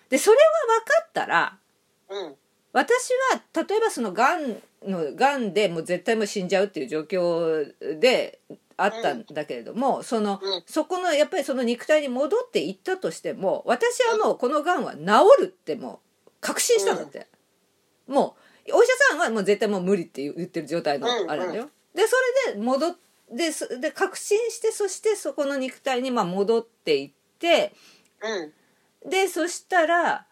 Speaker 2: でそれは分かったら
Speaker 1: うん。
Speaker 2: 私は例えばそのがんのがんでもう絶対もう死んじゃうっていう状況であったんだけれども、その
Speaker 1: うん
Speaker 2: そこのやっぱりその肉体に戻っていったとしても私はもうこのがんは治るってもう確信したんだって。もうお医者さんはもう絶対もう無理って言ってる状態の
Speaker 1: うん
Speaker 2: あれだよ。でそれで戻ってでそで確信してそしてそこの肉体にまあ戻っていって
Speaker 1: うん。
Speaker 2: でそしたら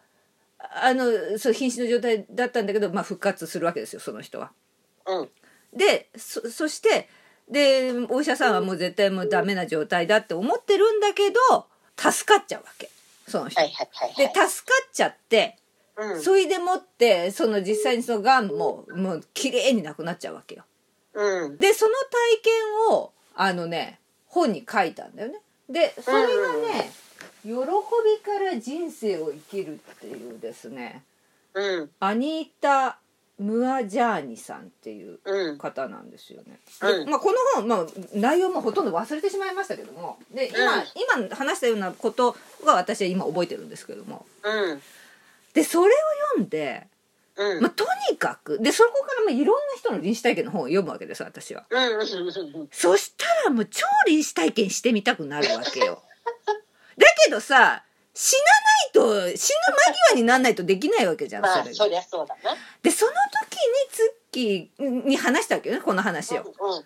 Speaker 2: あのそう瀕死の状態だったんだけど、まあ、復活するわけですよその人は。
Speaker 1: うん。
Speaker 2: でそそしてでお医者さんはもう絶対もうダメな状態だって思ってるんだけど助かっちゃうわけその人。
Speaker 1: はいはいはい、はい。
Speaker 2: で助かっちゃって。
Speaker 1: うん。
Speaker 2: そいでもってその実際にそのがんももう綺麗になくなっちゃうわけよ
Speaker 1: うん。
Speaker 2: でその体験をあのね本に書いたんだよねでそれがね「喜びから人生を生きる」っていうですね
Speaker 1: うん。
Speaker 2: アニータ・ムアジャーニさんっていう
Speaker 1: うん。
Speaker 2: 方なんですよね、
Speaker 1: うん
Speaker 2: でまあ、この本、まあ、内容もほとんど忘れてしまいましたけどもで今,、今話したようなことは私は今覚えてるんですけども
Speaker 1: うん。
Speaker 2: でそれを読んで
Speaker 1: うん。
Speaker 2: まあ、とにかくでそこからまあいろんな人の臨死体験の本を読むわけです私は
Speaker 1: うん。
Speaker 2: そしたらもう超臨死体験してみたくなるわけよだけどさ死なないと死ぬ間際にならないとできないわけじゃん
Speaker 1: ま
Speaker 2: そ
Speaker 1: あ、
Speaker 2: れが
Speaker 1: そりゃそうだな。
Speaker 2: でその時にツッキーに話したわけよねこの話を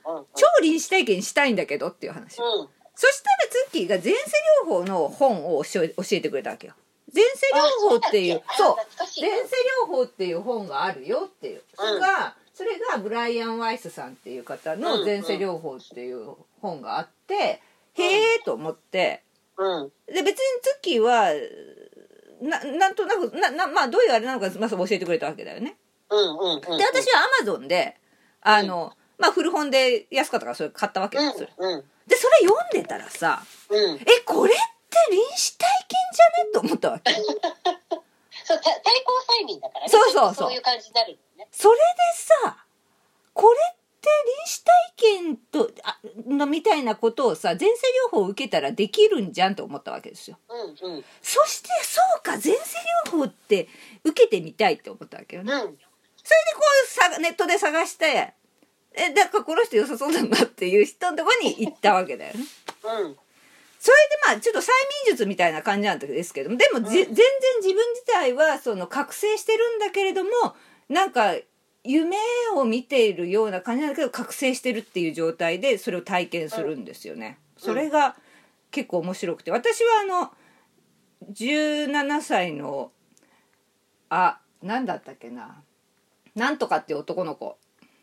Speaker 1: うん。うん。
Speaker 2: 超臨死体験したいんだけどっていう話を
Speaker 1: うん。
Speaker 2: そしたらツッキーが前世療法の本を教え教えてくれたわけよ前世療法っていう
Speaker 1: あ
Speaker 2: そう
Speaker 1: だっけあ懐かしい
Speaker 2: 前世療法っていう本があるよっていうそれが、それがブライアン・ワイスさんっていう方の前世療法っていう本があって、
Speaker 1: うん
Speaker 2: へえと思って
Speaker 1: うん。
Speaker 2: で別にツッキーはななんとなくなな、まあ、どういうあれなのか、まあ、そう教えてくれたわけだよね。
Speaker 1: うん。うん。うん。
Speaker 2: で私はアマゾンであの、まあ、古本で安かったからそれ買ったわけ
Speaker 1: う
Speaker 2: ですよ
Speaker 1: ん。うん。
Speaker 2: でそれ読んでたらさ
Speaker 1: うん。
Speaker 2: えこれって臨死体験じゃねと思ったわけ。
Speaker 1: そう、た対抗催眠だからね。
Speaker 2: そうそうそう
Speaker 1: そういう感じになるよね。
Speaker 2: それでさこれって臨死体験とあのみたいなことをさ前世療法を受けたらできるんじゃんと思ったわけですよ
Speaker 1: うん。うん。
Speaker 2: そしてそうか前世療法って受けてみたいって思ったわけよね
Speaker 1: うん。
Speaker 2: それでこうさネットで探してえだからこの人良さそうだなっていう人のとこに行ったわけだよね
Speaker 1: うん。
Speaker 2: それでまあちょっと催眠術みたいな感じなんですけどもでもじ、
Speaker 1: うん
Speaker 2: 全然自分自体はその覚醒してるんだけれどもなんか夢を見ているような感じなんだけど覚醒してるっていう状態でそれを体験するんですよね。
Speaker 1: うん
Speaker 2: それが結構面白くて私はあの17歳のあなんだったっけななんとかっていう男の子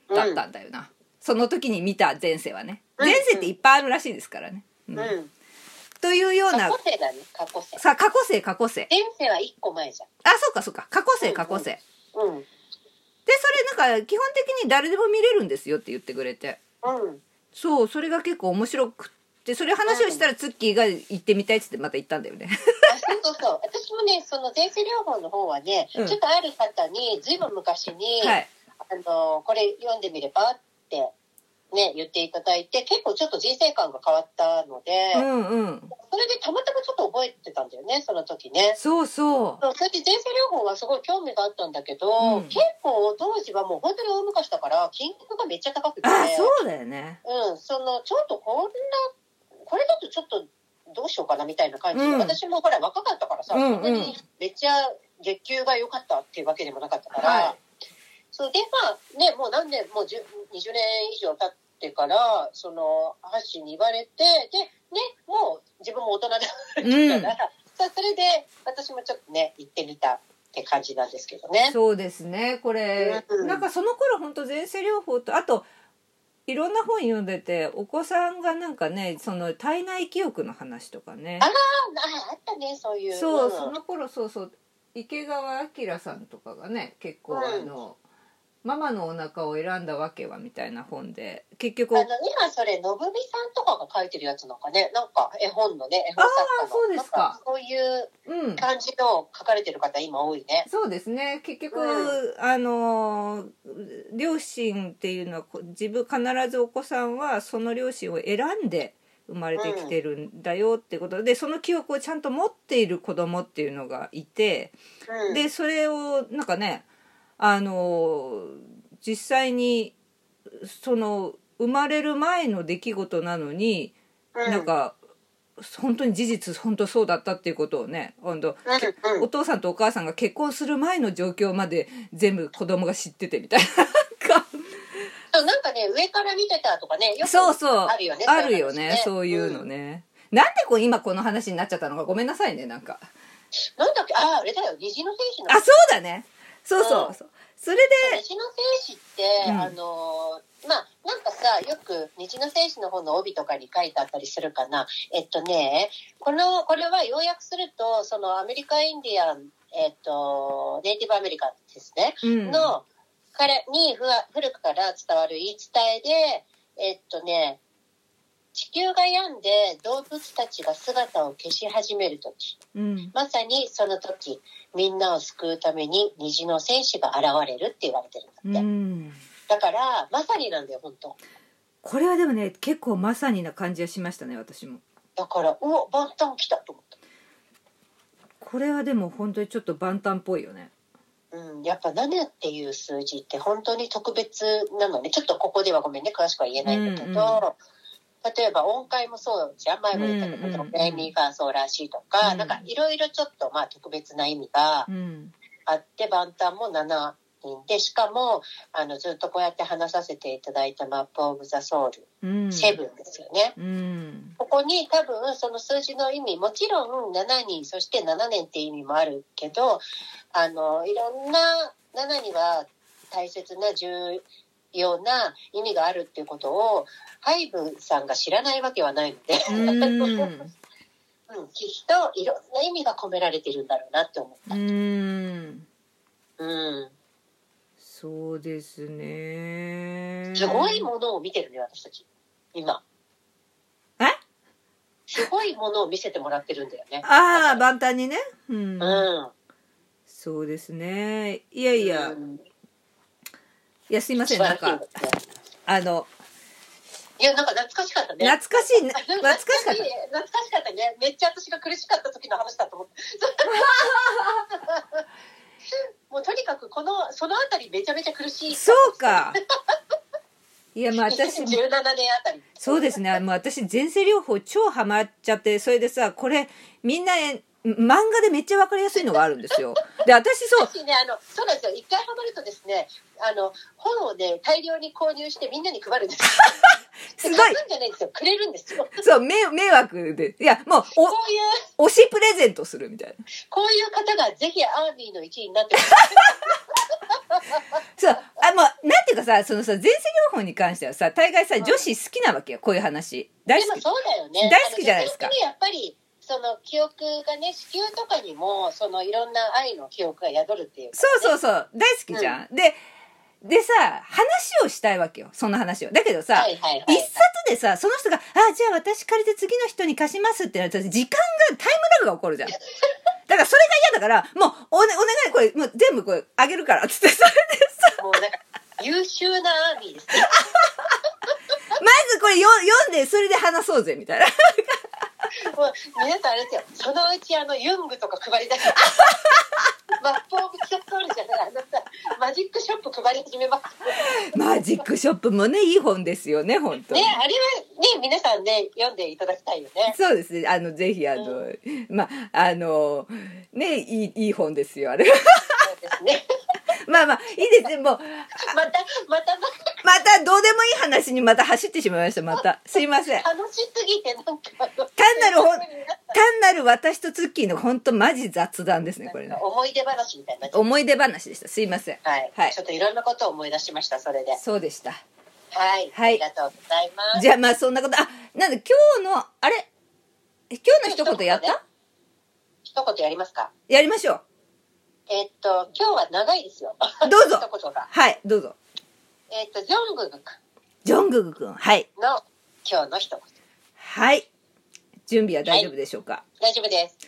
Speaker 2: だったんだよな、その時に見た前世はね
Speaker 1: うん
Speaker 2: 前世っていっぱいあるらしいですからね。う
Speaker 1: うんん。うん。
Speaker 2: というよう
Speaker 1: 過
Speaker 2: な
Speaker 1: 去世だね、過去世。
Speaker 2: さ過去生過去生
Speaker 1: 前世は一個前じゃん。
Speaker 2: あそうかそうか過去生過去生で
Speaker 1: うん。うん。
Speaker 2: それなんか基本的に誰でも見れるんですよって言ってくれてそうそれが結構面白くってそれ話をしたらツッキーが行ってみたいっつってまた行ったんだよね
Speaker 1: あ、そうそうそう。私もね、その前世療法の方はね、
Speaker 2: うん
Speaker 1: ちょっとある方に、ずいぶん昔に、
Speaker 2: [laughs] はい
Speaker 1: あの、これ読んでみればって、ね、言っていただいて、結構ちょっと人生観が変わったので、
Speaker 2: うんうん
Speaker 1: それでたまたまちょっと覚えてたんだよね、その時ね。
Speaker 2: そうそ
Speaker 1: そうそれで前世療法はすごい興味があったんだけど、
Speaker 2: うん
Speaker 1: 結構当時はもう本当に大昔だから金額がめっちゃ高く
Speaker 2: う
Speaker 1: て
Speaker 2: あそうだよね
Speaker 1: うん、そのちょっとこんなこれだとちょっとどうしようかなみたいな感じで、
Speaker 2: うん
Speaker 1: 私もほら若かったからさ、
Speaker 2: うんうん
Speaker 1: そんなにめっちゃ月給が良かったっていうわけでもなかったから、
Speaker 2: は
Speaker 1: それでまあねもう何年もう10 20年以上経ってからそのハッシーに言われてでねもう自分も大人だ
Speaker 2: いうん
Speaker 1: から、さあそれで私もちょっとね行ってみたっって感じなんですけどね。
Speaker 2: そうですねこれ、
Speaker 1: うん
Speaker 2: なんかその頃本当前世療法とあといろんな本読んでてお子さんがなんかねその体内記憶の話とかね
Speaker 1: ああったねそういう。
Speaker 2: そう
Speaker 1: うん
Speaker 2: その頃そうそう池川明さんとかがね結構
Speaker 1: うん
Speaker 2: あの、ママのお腹を選んだわけは」みたいな本で結局
Speaker 1: あの今それのぶみさんとかが書いてるやつなんかねなんか絵本のね絵本
Speaker 2: あーそうですか
Speaker 1: なんそういう
Speaker 2: うん
Speaker 1: 感じの書かれてる方今多いね。
Speaker 2: そうですね結局、
Speaker 1: う
Speaker 2: あのー両親っていうのはこ自分必ずお子さんはその両親を選んで生まれてきてるんだよってことで、その記憶をちゃんと持っている子供っていうのがいて、
Speaker 1: うん、
Speaker 2: でそれをなんかねあのー実際にその生まれる前の出来事なのに、
Speaker 1: う
Speaker 2: なん、か本当に事実本当そうだったっていうことをね今度
Speaker 1: うんうん
Speaker 2: お父さんとお母さんが結婚する前の状況まで全部子供が知っててみたいな。なんか
Speaker 1: そうなんかね上から見てたとかねよく
Speaker 2: そうそう
Speaker 1: あるよね
Speaker 2: あるよ
Speaker 1: 話
Speaker 2: ねそういうの
Speaker 1: ん
Speaker 2: ね。なんでこう今この話になっちゃったのかごめんなさいねなんか。
Speaker 1: なんだっけあああれだよ虹の戦士の
Speaker 2: あそうだね。そうそううんそう。それで
Speaker 1: 虹の戦士って、
Speaker 2: うん
Speaker 1: あのーまあなんかさよく虹の戦士の方の帯とかに書いてあったりするかなえっとねこのこれは要約するとそのアメリカインディアンえっとネイティブアメリカンですね、
Speaker 2: うん
Speaker 1: の彼にふわ古くから伝わる言い伝えでえっとね地球が病んで動物たちが姿を消し始める時
Speaker 2: うん
Speaker 1: まさにその時みんなを救うために虹の戦士が現れるって言われてる
Speaker 2: うん
Speaker 1: だって、
Speaker 2: ん。
Speaker 1: だからまさになんだよ本当
Speaker 2: これはでもね結構まさにな感じはしましたね私も。
Speaker 1: だからうわ万端来たと思っ
Speaker 2: これはでも本当にちょっと万端っぽいよね。
Speaker 1: た、うん、やっぱ7っていう数字って本当に特別なのねちょっとここではごめんね詳しくは言えないんだけど、
Speaker 2: うんうん
Speaker 1: 例えば音階もそうじゃん前も言ったけ
Speaker 2: うんう
Speaker 1: どド
Speaker 2: んうん
Speaker 1: レミファソらしいとか、
Speaker 2: うん
Speaker 1: なんかいろいろちょっとまあ特別な意味が
Speaker 2: うん
Speaker 1: あって万端も7人でしかもあのずっとこうやって話させていただいた「マップ・オブ・ザ・ソウル」
Speaker 2: うん。
Speaker 1: セブンですよね。
Speaker 2: うん
Speaker 1: ここに多分その数字の意味もちろん7人そして7年っていう意味もあるけどあのいろんな7には大切な重要な意味があるっていうことをハイブさんが知らないわけはないので、
Speaker 2: う
Speaker 1: [laughs] うん
Speaker 2: ん
Speaker 1: きっといろんな意味が込められてるんだろうなって思った。
Speaker 2: うん。
Speaker 1: うん、
Speaker 2: そうですね。
Speaker 1: すごいものを見てるね私たち今。
Speaker 2: え
Speaker 1: すごいものを見せてもらってるんだよね。
Speaker 2: ああ、万端にね。うん。
Speaker 1: うん
Speaker 2: そうですね。いやいや、
Speaker 1: うん
Speaker 2: いや、すいません、
Speaker 1: 素晴
Speaker 2: な
Speaker 1: ら
Speaker 2: ん
Speaker 1: しい
Speaker 2: か
Speaker 1: で、すね
Speaker 2: あの、
Speaker 1: いや、なんか懐かしかったね。
Speaker 2: 懐かしい、な懐かしかっ
Speaker 1: 懐かしかったね。めっちゃ私が苦しかった時の話だと思って。 [laughs] もうとにかくこのそのあたりめちゃめちゃ苦しい。
Speaker 2: た。そうか。いや、まあ、私
Speaker 1: 2017、年あたり。
Speaker 2: そうですね。もう私、前世療法超ハマっちゃって、それでさ、これ、みんな、え漫画でめっちゃわかりやすいのがあるんですよ。で、私そう、
Speaker 1: 私ね、あのそうなんですよ一回ハマるとですねあの本をね大量に購入してみんなに配るんですよ
Speaker 2: すごい
Speaker 1: 買うんじゃないんですよくれるんですよ
Speaker 2: そう、迷迷惑で、いや、もう、
Speaker 1: こういう
Speaker 2: お、推しプレゼントするみたいな。
Speaker 1: こういう方がぜひアーミーの一員になってほしい
Speaker 2: そう、あ、もう、なんていうかさ、そのさ、前世療法に関してはさ、大概さ、女子好きなわけよ、こういう話。大
Speaker 1: で
Speaker 2: 好
Speaker 1: も
Speaker 2: き。
Speaker 1: そうだよね。
Speaker 2: 大好きじゃないですか
Speaker 1: あの女性的にやっぱりその記憶がね子宮とかにもそのいろんな愛の記憶が宿るっていうか
Speaker 2: そうそうそう、大好きじゃん。で、でさ、話をしたいわけよ、その話を。だけどさ、
Speaker 1: はいはいはい
Speaker 2: 一冊でさ、その人が、あ、じゃあ私借りて次の人に貸しますってなると、時間が、タイムラグが起こるじ
Speaker 1: [laughs]
Speaker 2: ゃん。だからそれが嫌だから、もう、お,、ね、お願い、これ、もう全部これ、あげるから、つっ
Speaker 1: [laughs]
Speaker 2: て、それでさ、
Speaker 1: もうなんか優秀なアーミーです [laughs] ね。
Speaker 2: まずこれよ読んで、それで話そうぜ、みたいな。 [laughs]
Speaker 1: もう皆さんあれですよ。そのうちあのユングとか配り出
Speaker 2: [laughs]
Speaker 1: して。マップオブキャットールじゃないあなたマジックショップ配り始めます。
Speaker 2: マジックショップもね、いい本ですよね、本当
Speaker 1: ね
Speaker 2: に。
Speaker 1: あれはね皆さんね読んでいただきたいよね。
Speaker 2: そうですね。あの、ぜひ、あの、ま、あの、ね、いい、いい本ですよ、あれ。
Speaker 1: そうですね。
Speaker 2: [laughs] まあまあ、いいですね。もう、
Speaker 1: またまたなんか
Speaker 2: またどうでもいい話にまた走ってしまいました、また。すいません。
Speaker 1: 楽しすぎてなんかあの
Speaker 2: 単なるほ
Speaker 1: に
Speaker 2: ん
Speaker 1: なって
Speaker 2: 単なる私とツッキーの本当マジ雑談ですねこれね
Speaker 1: 思い出話みたいになっちゃう
Speaker 2: 思い出話でしたすいません
Speaker 1: はい、
Speaker 2: はい
Speaker 1: ちょっといろんなことを思い出しましたそれで
Speaker 2: そうでした
Speaker 1: はい、
Speaker 2: はい
Speaker 1: ありがとうございます
Speaker 2: じゃあまあそんなことあなんで今日のあれえ今日の一言やっ
Speaker 1: 一言
Speaker 2: た
Speaker 1: 一言やりますか
Speaker 2: やりましょう
Speaker 1: えっと今日は長いですよ
Speaker 2: どうぞ
Speaker 1: 一言が
Speaker 2: はいどうぞ
Speaker 1: えっとジョングク
Speaker 2: ジョングク君はい
Speaker 1: の今日の一言
Speaker 2: はい準備は大丈夫でしょうか、
Speaker 1: 大丈夫です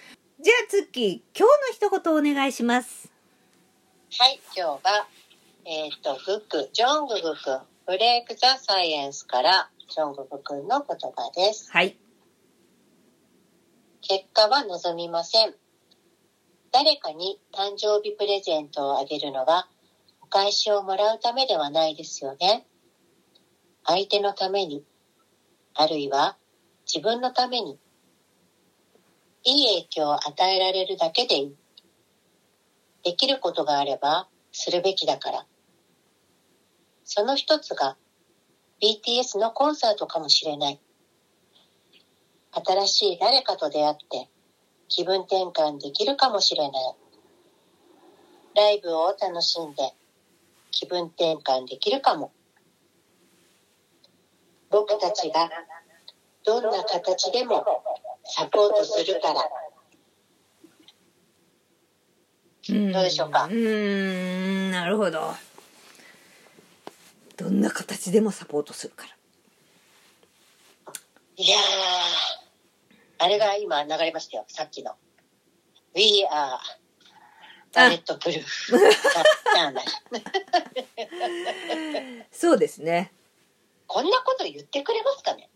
Speaker 2: じゃあツッキー今日の一言お願いします
Speaker 1: はい、今日は、えっ、と、フック、ジョングフ君、ブレイク・ザ・サイエンスから、ジョングフ君の言葉です。
Speaker 2: はい
Speaker 1: 結果は望みません。誰かに誕生日プレゼントをあげるのは、お返しをもらうためではないですよね。相手のために、あるいは自分のために、いい影響を与えられるだけでいい。できることがあれば、するべきだから。その一つが、BTS のコンサートかもしれない。新しい誰かと出会って気分転換できるかもしれない。ライブを楽しんで気分転換できるかも。僕たちがどんな形でもサポートするから。
Speaker 2: ど
Speaker 1: どうでしょうか
Speaker 2: うーんなるほどどんな形でもサポートするから
Speaker 1: いやー、あれが今流れましたよ、さっきの。We are バレットプルーフ。
Speaker 2: そうですね
Speaker 1: こんなこと言ってくれます [laughs] かね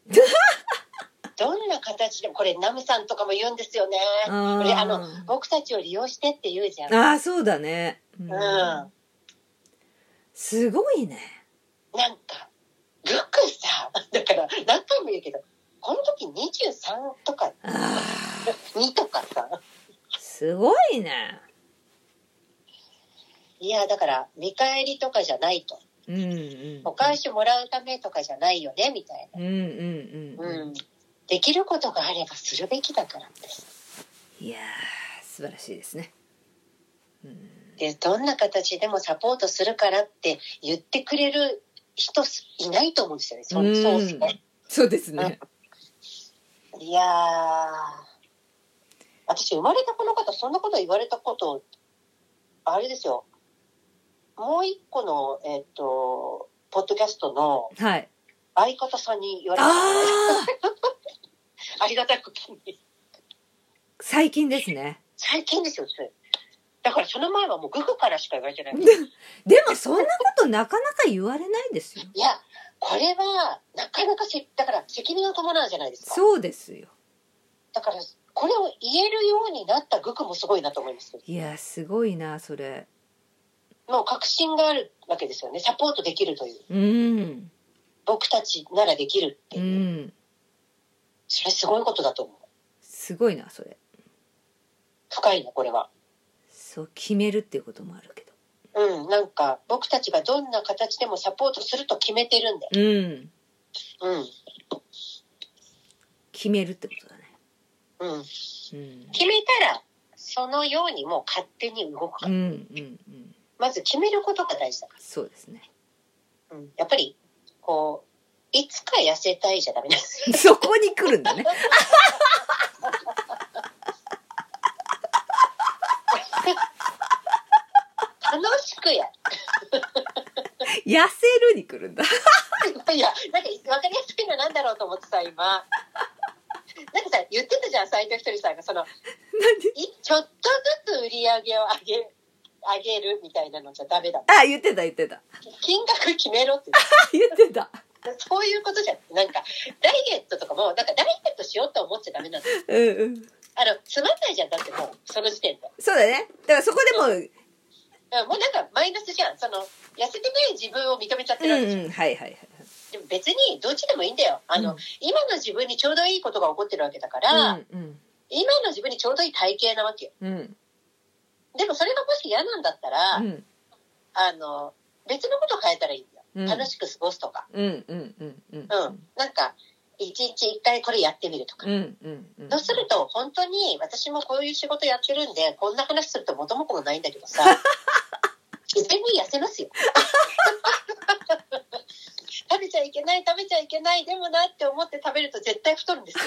Speaker 1: どんな形でも、これ、ナムさんとかも言うんですよね。
Speaker 2: あ
Speaker 1: これ
Speaker 2: ー
Speaker 1: あの、僕たちを利用してって言うじゃん。
Speaker 2: ああそうだねうん
Speaker 1: うん。
Speaker 2: すごいね
Speaker 1: なんか、ルクさ、 [laughs] だから何回も言うけど、この時23とか、
Speaker 2: ああ
Speaker 1: 2とかさ。
Speaker 2: すごいね
Speaker 1: いや、だから、見返りとかじゃないと。
Speaker 2: うんうん
Speaker 1: お返しもらうためとかじゃないよね、みたい
Speaker 2: うんうん
Speaker 1: な。
Speaker 2: うん
Speaker 1: う
Speaker 2: うん
Speaker 1: ん。できることがあればするべきだからです。
Speaker 2: いやー素晴らしいですね
Speaker 1: で、どんな形でもサポートするからって言ってくれる人いないと思うんですよね。そ
Speaker 2: うん
Speaker 1: そうですね。
Speaker 2: そうですね
Speaker 1: いやー、私生まれたこの方、そんなこと言われたこと、あれですよ。もう一個の、えっ、と、ポッドキャストの
Speaker 2: はい
Speaker 1: 相方さんに言われたあ
Speaker 2: ああ
Speaker 1: ありがたくに。
Speaker 2: 最近ですね [laughs]
Speaker 1: 最近ですよ、それ。だからその前はもうググからしか言われてない。
Speaker 2: でもそんなことなかなか言われないですよ
Speaker 1: いや、これは、なかなかせ、だから責任を伴うじゃないですか。
Speaker 2: そうですよ
Speaker 1: だから、これを言えるようになったグクもすごいなと思います。
Speaker 2: いやすごいなそれ
Speaker 1: もう確信があるわけですよね。サポートできるという。
Speaker 2: うん
Speaker 1: 僕たちならできるって
Speaker 2: う
Speaker 1: いう。
Speaker 2: ん
Speaker 1: それすごいことだと思う。
Speaker 2: すごいなそれ
Speaker 1: 深いね、これは。
Speaker 2: そう決めるっていうこともあるけ
Speaker 1: うん、なんか、僕たちがどんな形でもサポートすると決めてるんで。
Speaker 2: どうん
Speaker 1: うん、
Speaker 2: 決めるってことだね
Speaker 1: うん。
Speaker 2: うん
Speaker 1: 決めたら、そのようにもう勝手に動くか
Speaker 2: う
Speaker 1: ら。
Speaker 2: んうんうん
Speaker 1: まず決めることが大事だか
Speaker 2: そうですね [laughs]
Speaker 1: ら。うん。やっぱり、こう、いつか痩せたいじゃダメなんですよ。
Speaker 2: そこに来るんだね
Speaker 1: 楽しくや。
Speaker 2: 痩せるに来るんだ
Speaker 1: [laughs]
Speaker 2: [laughs]
Speaker 1: いや、なんか分かりやすいのなんだろうと思ってさ、今。 [laughs] なんかさ、言ってたじゃん、斎藤ひとりさんが、その、いちょっとずつ売り上げを上げ、上げるみたいなのじゃダメだ。
Speaker 2: あ言ってた言ってた
Speaker 1: 金額決めろって。 [laughs]
Speaker 2: 言ってた
Speaker 1: そういうことじゃん。なんか、ダイエットとかも、なんかダイエットしようと思っちゃダメなんだよ。
Speaker 2: うんうん
Speaker 1: あの、つまんないじゃん、だってもう、その時点で。
Speaker 2: そうだねだからそこでも
Speaker 1: うんもうなんかマイナスじゃん。その、痩せてない自分を認めちゃって
Speaker 2: うん
Speaker 1: るわけじゃん
Speaker 2: うんはいはいはい
Speaker 1: でも別にどっちでもいいんだよ。あの、
Speaker 2: うん
Speaker 1: 今の自分にちょうどいいことが起こってるわけだから、
Speaker 2: うん
Speaker 1: 今の自分にちょうどいい体型なわけよ。
Speaker 2: うん
Speaker 1: でもそれがもし嫌なんだったら、
Speaker 2: うん
Speaker 1: あの、別のこと変えたらいいんだよ。
Speaker 2: うん
Speaker 1: 楽しく過ごすとか。
Speaker 2: うんうんうんうん
Speaker 1: うん。なんか、一日一回これやってみるとか。
Speaker 2: うんうんうん
Speaker 1: そうすると、本当に私もこういう仕事やってるんで、こんな話すると元も子もないんだけど
Speaker 2: [laughs]
Speaker 1: さ、自然に痩せますよ。食べちゃいけない、食べちゃいけない、でもなって思って食べると絶対太るん
Speaker 2: [laughs]
Speaker 1: ですよ。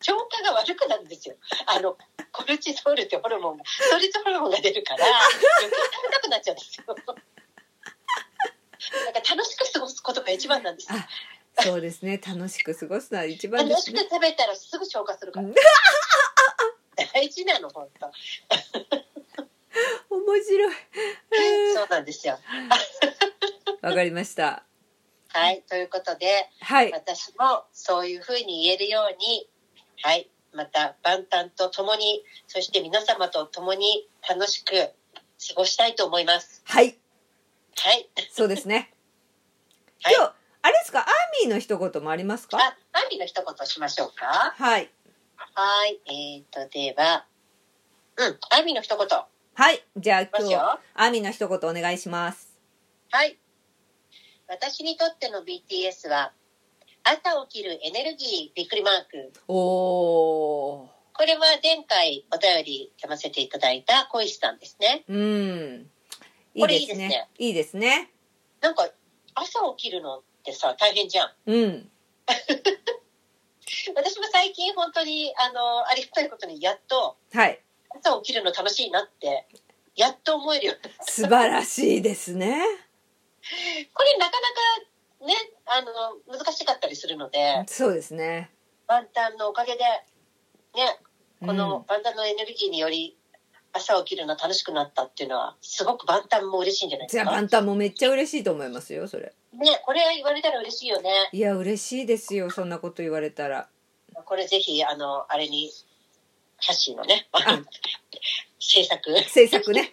Speaker 1: 消化が悪くなるんですよ。あの、コルチソールってホルモンが、ストリートホルモンが出るから、余計食べたくなっちゃうんですよ。なんか楽しく過ごすことが一番なんです。
Speaker 2: あそうですね楽しく過ごすのは一番
Speaker 1: 楽
Speaker 2: です
Speaker 1: しく
Speaker 2: ね
Speaker 1: 食べたらすぐ消化するから
Speaker 2: うん。
Speaker 1: 大事なの、本当。
Speaker 2: 面白い
Speaker 1: そうなんですよ。
Speaker 2: わかりました
Speaker 1: はい、ということで、
Speaker 2: はい
Speaker 1: 私もそういうふうに言えるように、はい、また万端と共に、そして皆様と共に楽しく過ごしたいと思います。
Speaker 2: はい
Speaker 1: はい。
Speaker 2: そうですね
Speaker 1: はい
Speaker 2: 今日あれですかアーミーの一言もありますか
Speaker 1: あ、アミの一言しましょうか。
Speaker 2: はい
Speaker 1: はい、えーと、では、うん、アミの一言。
Speaker 2: はいじゃあ今
Speaker 1: ます
Speaker 2: 日
Speaker 1: よ
Speaker 2: アーミーの一言お願いします
Speaker 1: はい。私にとっての BTS は、朝起きるエネルギーびっくりマーク。
Speaker 2: おー
Speaker 1: これは前回お便り読ませていただいた小石さんですね。
Speaker 2: うんい
Speaker 1: こ
Speaker 2: い
Speaker 1: れいい
Speaker 2: です
Speaker 1: ですね
Speaker 2: ねいいですね
Speaker 1: なんか、朝起きるのってさ、大変じゃん。
Speaker 2: うん
Speaker 1: 私も最近本当に、あの、ありがたいことに、やっと、
Speaker 2: はい
Speaker 1: 朝起きるの楽しいなって、やっと思えるようになった
Speaker 2: 素晴らしいですね
Speaker 1: これなかなかね、あの、難しかったりするので、
Speaker 2: そうですね
Speaker 1: 万端のおかげで、ね、こ
Speaker 2: うん
Speaker 1: の万端のエネルギーにより、朝起きるの楽しくなったっていうのは、すごく万端も嬉しいんじゃないで
Speaker 2: じ
Speaker 1: す
Speaker 2: ゃあ
Speaker 1: か。
Speaker 2: 万
Speaker 1: ね、
Speaker 2: 端もめっちゃ嬉しいと思いますよそれ
Speaker 1: これ言われたら嬉しいよね。
Speaker 2: いや嬉しいですよそんなこと言われたら
Speaker 1: これぜひ、あの、あれに、ハッシーのね、 [laughs] 制作。
Speaker 2: 制作ね。
Speaker 1: [laughs]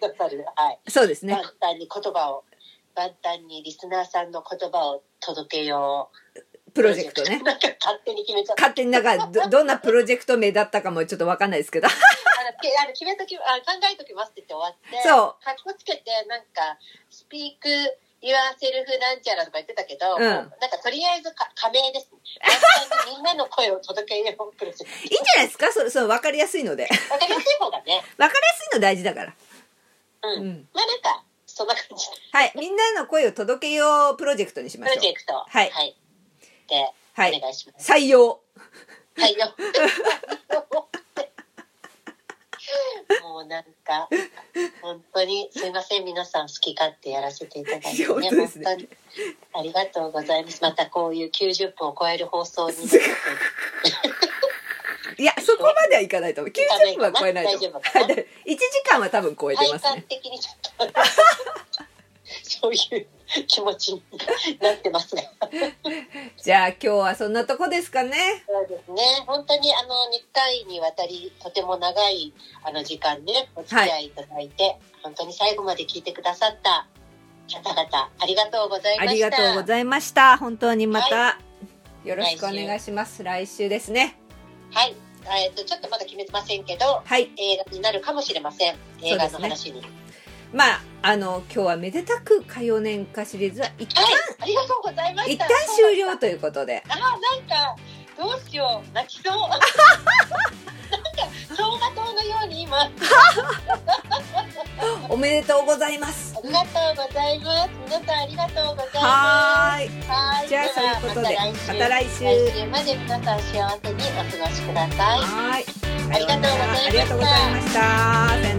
Speaker 1: はい。
Speaker 2: そうですね
Speaker 1: 万端に言葉を、万端にリスナーさんの言葉を届けよう。
Speaker 2: プロジェクトね
Speaker 1: なんか勝手に決めちゃった。
Speaker 2: 勝手になんかどどんなプロジェクト名だったかもちょっとわかんないですけど
Speaker 1: あのけあの決めときあ、考えときますって言って終わって、。
Speaker 2: そう
Speaker 1: かっこつけて、なんか、スピーク、言わせるふなんちゃらとか言ってたけど、
Speaker 2: うん
Speaker 1: なんかとりあえずか仮名です。万端にみんなの声を届けようプロジェ
Speaker 2: いい
Speaker 1: ク
Speaker 2: んじゃないですかそその分かりやす
Speaker 1: [laughs]
Speaker 2: いので
Speaker 1: ト。わかりやすい方が
Speaker 2: [laughs]
Speaker 1: ね。
Speaker 2: 分かりやすいの大事だから
Speaker 1: うん。
Speaker 2: うん
Speaker 1: まあなんか、そんな感じで
Speaker 2: はいみんなの声を届けようプロジェクトにしま
Speaker 1: プ
Speaker 2: し
Speaker 1: ロ
Speaker 2: ょう
Speaker 1: ジェクト。
Speaker 2: はい
Speaker 1: はい。で、
Speaker 2: は
Speaker 1: お
Speaker 2: い
Speaker 1: 願いします。
Speaker 2: 採用
Speaker 1: はいよ。もうなんか、本当にすいません、皆さん好き勝手やらせていただいて、
Speaker 2: いや
Speaker 1: ね、
Speaker 2: 本当ですね
Speaker 1: 本当にありがとうございます。またこういう90分を超える放送に。ちょっ
Speaker 2: いやそこまではい
Speaker 1: [laughs]
Speaker 2: かないと思う90分は超えないと思
Speaker 1: 大
Speaker 2: う
Speaker 1: 丈夫かな
Speaker 2: はいで1時間は多分超
Speaker 1: と
Speaker 2: えてま
Speaker 1: 体
Speaker 2: す
Speaker 1: 感
Speaker 2: ね
Speaker 1: 的にちょっと、そういう気持ちになってますが。
Speaker 2: じゃあ今日はそんなとこですかね
Speaker 1: そうですね。本当にあの2回にわたりとても長いあの時間ねお付き合いいただいて、本当に最後まで聞いてくださった方々ありがとうござい
Speaker 2: あ
Speaker 1: ま
Speaker 2: り
Speaker 1: した。
Speaker 2: がとうございました本当にまた、
Speaker 1: は
Speaker 2: よろしくお願いします来週ですね
Speaker 1: はい。えっ、とちょっとまだ決めてませんけど
Speaker 2: はい
Speaker 1: 映画になるかもしれません。映画の話に。
Speaker 2: まああの今日はめでたく火曜年歌シリーズは一旦
Speaker 1: はい。ありがとうございまし
Speaker 2: 一
Speaker 1: た。
Speaker 2: 旦終了ということで
Speaker 1: あーなんかどうしよう泣きそう。
Speaker 2: [laughs]
Speaker 1: なんか走馬灯のように今あ
Speaker 2: おめでとうございます
Speaker 1: りがとうございます。皆さんありがとうございます。
Speaker 2: はーい
Speaker 1: はい
Speaker 2: じゃあそういうことで
Speaker 1: は
Speaker 2: また来週
Speaker 1: 来週まで皆さん幸せにお過ごしください。
Speaker 2: はーい
Speaker 1: ありがとうございました
Speaker 2: ありがとうございましたさよ